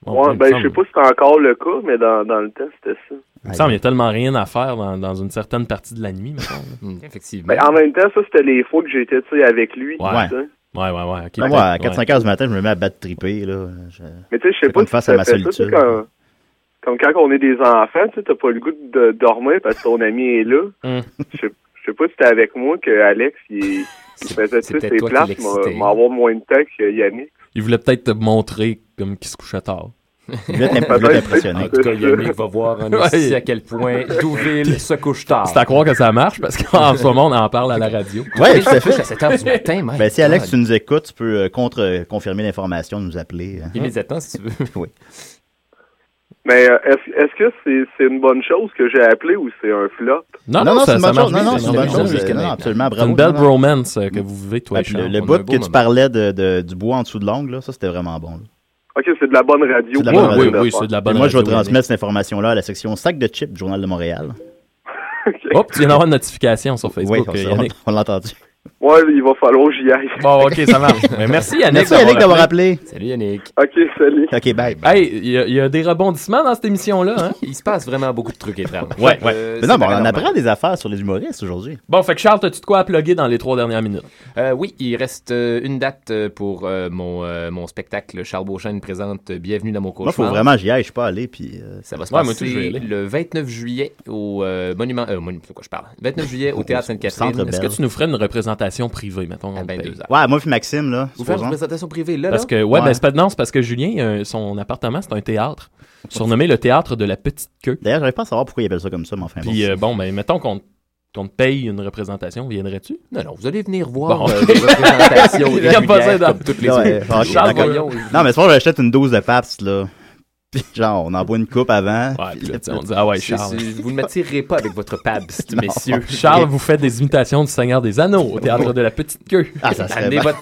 S14: Ouais, ben, je sais pas si c'est encore le cas, mais dans, dans le temps, c'était ça.
S5: Il me semble qu'il y a tellement rien à faire dans, dans une certaine partie de la nuit, mettons. Effectivement.
S14: Ben, en même temps, ça, c'était les fois que j'étais tu sais, avec lui.
S5: Ouais.
S14: tu sais.
S5: Ouais, ouais, ouais. ok,
S4: Ben, moi, à
S5: peut-être,
S4: 4-5 heures du matin, je me mets à battre triper. Là. Je-
S14: Mais tu sais, je sais
S4: C'est
S14: pas
S4: comme
S14: si
S4: face
S14: tu
S4: à ma
S14: fais ça, tu sais,
S4: solitude.
S14: quand- Comme quand on est des enfants, tu sais, t'as pas le goût de dormir parce que ton ami est là.
S6: Hum.
S5: ouais.
S14: Je sais- je sais pas si c'était avec moi que Alex, il, il faisait ça,
S5: peut-être
S14: ses
S5: toi qui
S14: places,
S5: l'excitais.
S14: m'en avoir moins de temps que Yannick.
S5: Il voulait peut-être te montrer comme qu'il se couchait tard.
S4: Il voulait t'im- il voulait t'impressionner.
S6: En tout cas, Yannick va voir en ici à quel point Douville se couche
S14: Ah.
S6: tard.
S5: C'est à croire que ça marche parce qu'en ce moment, on en parle à la radio.
S4: Ouais, tout à
S6: couche
S4: fait.
S6: à 7 heures du matin, my
S4: Ben, si Alex,
S6: God.
S4: tu nous écoutes, tu peux euh, contre-confirmer l'information, nous appeler. euh.
S6: Immédiatement, si tu veux.
S4: oui.
S14: Mais euh, est-ce est-ce que c'est c'est une bonne chose que j'ai appelé ou c'est un flop?
S5: Non, non, ça,
S4: c'est une
S5: ça
S4: bonne chose.
S5: marche
S4: Non,
S5: bien,
S4: non,
S5: ça
S4: c'est une
S5: marche
S4: bonne
S5: bien
S4: chose.
S5: jusqu'à
S4: Non,
S5: maintenant.
S4: absolument,
S5: C'est
S4: bravo.
S5: une belle
S4: Non, non.
S5: bromance euh, que vous vivez, toi
S4: Ouais,
S5: et
S4: puis le,
S5: Charles.
S4: le
S5: On a un
S4: bout
S5: beau
S4: que tu
S5: moment.
S4: parlais de, de- du bois en dessous de l'ongle, là, ça, c'était vraiment bon. là.
S14: Ok, c'est de la bonne radio.
S4: C'est de la
S14: pour
S4: bonne
S14: un
S4: radio.
S14: flop, hein.
S4: Et Moi, je vais transmettre cette information-là à la section sac de chips du Journal de Montréal.
S5: Hop, tu viens d'avoir une notification sur
S4: Oui,
S5: Facebook,
S4: on,
S5: euh,
S4: s'est-
S5: Yannick.
S4: on- on l'a entendu.
S14: Ouais, il va falloir que j'y aille.
S5: Bon, ok, ça marche. Mais merci, Yannick.
S4: Merci, Yannick, d'avoir appelé.
S6: Salut, Yannick.
S14: Ok, salut.
S4: OK, bye.
S5: Hey, il y, a- il y a des rebondissements dans cette émission-là. Hein?
S6: Il se passe vraiment beaucoup de trucs étranges.
S5: Ouais, ouais.
S6: Euh,
S4: Mais non,
S6: c'est
S4: mais on
S6: pas
S4: en
S6: normal.
S4: apprend des affaires sur les humoristes aujourd'hui.
S5: Bon, fait que Charles, t'as-tu de quoi à plugger dans les trois dernières minutes?
S6: Euh, oui, il reste euh, une date euh, pour euh, mon, euh, mon spectacle. Charles Beauchamp présente euh, Bienvenue dans mon
S4: Moi,
S6: cauchemar.
S4: faut vraiment j'y aille, je suis pas allé. Puis, euh,
S6: Ça va se
S4: ouais,
S6: passer
S4: moi, tout, je vais y aller.
S6: le 29 juillet au euh, monument. Euh, monument de quoi je parle 29 juillet au théâtre Sainte-Catherine.
S5: Est-ce
S4: Ben,
S5: que tu nous ferais une représentation privée,
S4: Ah,
S5: mettons? À
S4: Ouais, moi, puis Maxime, là.
S6: Vous faites une
S4: supposons.
S6: représentation privée là
S5: Parce
S6: là?
S5: que, ouais, ben, c'est pas de non, c'est parce que Julien, euh, son appartement, c'est un théâtre, surnommé le théâtre de la petite queue.
S4: D'ailleurs, j'arrive pas à savoir pourquoi ils appellent ça comme ça, mais enfin. Ah bon.
S5: Puis, euh, bon, ben, mettons qu'on qu'on te paye une représentation, viendrais-tu?
S6: Non, non, vous allez venir voir
S5: Bon.
S6: euh, des représentations
S5: Il y a pas ça
S6: régulières
S5: dans-
S6: comme toutes les
S4: Non,
S6: semaines.
S4: euh, ok,
S6: Charles
S4: d'accord.
S6: Voyon,
S4: Non, mais c'est pas j'achète une dose de Pabst, là. Puis, genre, on en boit une coupe avant.
S5: Ouais, puis là, tu sais, on dit, ah ouais,
S6: c'est-
S5: Charles.
S6: c'est- vous ne m'attirerez pas avec votre Pabst,
S5: Non.
S6: messieurs.
S5: Charles vous fait des imitations du Seigneur des Anneaux au théâtre de la petite queue.
S4: Ah, ça serait
S6: Amenez
S4: mal-
S6: votre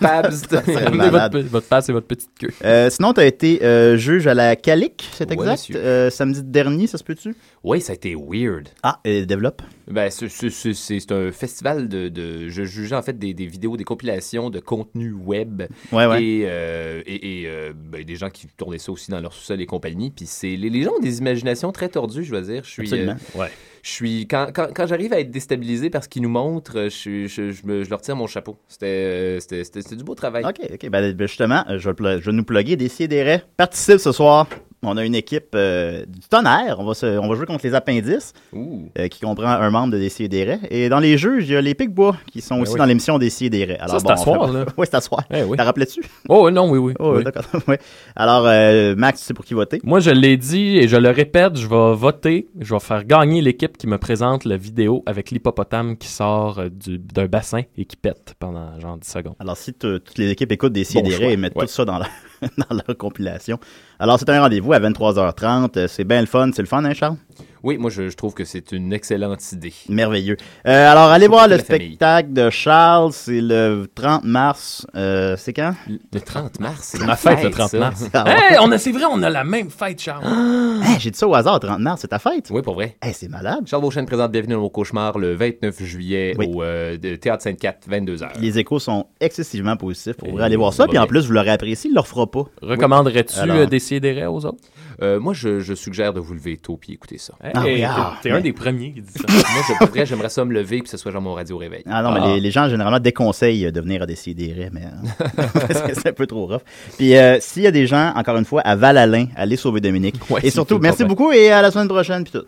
S6: Pabst.
S4: Ça serait
S5: Amenez votre,
S4: malade.
S5: pe- votre passe et votre petite queue.
S4: Euh, sinon, tu as été euh, juge à la Calic, c'est
S6: Ouais,
S4: exact,
S6: monsieur.
S4: euh, samedi dernier, ça se peut-tu?
S6: Oui, ça a été weird.
S4: Ah, et développe.
S6: Ben, c'est- c'est- c'est c'est un festival de, de- Je jugeais en fait des, des vidéos, des compilations de contenu web.
S4: Ouais, Ah ouais.
S6: Et, euh, et- et, euh, ben, des gens qui tournaient ça aussi dans leur sous-sol et compagnie. Puis c'est les, les gens ont des imaginations très tordues, je dois dire. Je suis. euh,
S4: Absolument.
S5: Ouais.
S6: Je suis quand, quand, quand j'arrive à être déstabilisé par ce qu'ils nous montrent, euh, je, suis- je, je me- je leur tire mon chapeau. C'était euh, c'était- c'était- c'était du beau travail.
S4: OK, OK. Ben, ben, justement, euh, je vais, pl- je vais nous plugger des raies. Participe ce soir. On a une équipe euh, du tonnerre. On va, se- on va jouer contre les appendices,
S6: Ouh.
S4: euh, qui comprend un membre de Décideret. Et dans les juges, il y a les Picbois, qui sont aussi
S5: Ben oui.
S4: dans l'émission Décideret.
S5: Ça, c'est à soir, là.
S4: Eh Oui, c'est à soir.
S5: oui.
S4: T'en rappelais-tu?
S5: Oh, non, oui, oui.
S4: Oh,
S5: oui.
S4: d'accord. Ouais. Alors, euh, Max, tu sais pour qui voter?
S5: Moi, je l'ai dit et je le répète, je vais voter. Je vais faire gagner l'équipe qui me présente la vidéo avec l'hippopotame qui sort euh, du- d'un bassin et qui pète pendant genre 10 secondes.
S4: Alors, si t- toutes les équipes écoutent des
S5: Bon
S4: CDR
S5: choix,
S4: et mettent
S5: ouais.
S4: tout ça dans leur, dans leur compilation. Alors, c'est un rendez-vous à 23h30. Euh, C'est bien le fun. C'est le fun, hein, Charles?
S6: Oui, moi, je, je trouve que c'est une excellente idée.
S4: Merveilleux. Euh, alors, allez voir le spectacle de Charles. C'est le 30 mars. Euh, c'est quand?
S6: Le 30 mars, c'est
S5: C'est ma fête, le 30 mars. hey, Ah, on a, c'est vrai, on a la même fête, Charles.
S4: Hey, J'ai dit ça au hasard, 30 mars, c'est ta fête?
S6: Oui, pour vrai.
S4: c'est malade.
S6: Charles Beauchesne présente Bienvenue dans mon cauchemar le 29 juillet au euh, de- Théâtre Sainte-Cat, 22h.
S4: Les échos sont excessivement positifs. Pour
S6: Et
S5: Eh,
S4: aller voir ça.
S5: bah
S6: c'est
S4: Puis en
S6: vrai.
S4: plus, vous l'aurez apprécié, il ne le refera pas.
S5: Recommanderais-tu
S4: Alors-
S5: euh, d'essayer des raies aux autres?
S6: Euh, moi, je, je suggère de vous lever tôt puis écouter ça.
S5: Ah oui, Hey, ah, t'es- t'es un mais- des premiers qui dit ça.
S6: moi, je, pour vrai, j'aimerais ça me lever puis que ce soit genre mon radio réveil.
S4: Ah non, mais les, les gens généralement déconseillent de venir à Décideret, mais euh, parce que c'est un peu trop rough. Puis euh, s'il y a des gens, encore une fois, à Val-Alain, allez sauver Dominique.
S6: Ouais,
S4: et
S6: c'est
S4: surtout,
S6: tout
S4: merci
S6: le
S4: beaucoup et à la semaine prochaine. Puis tout.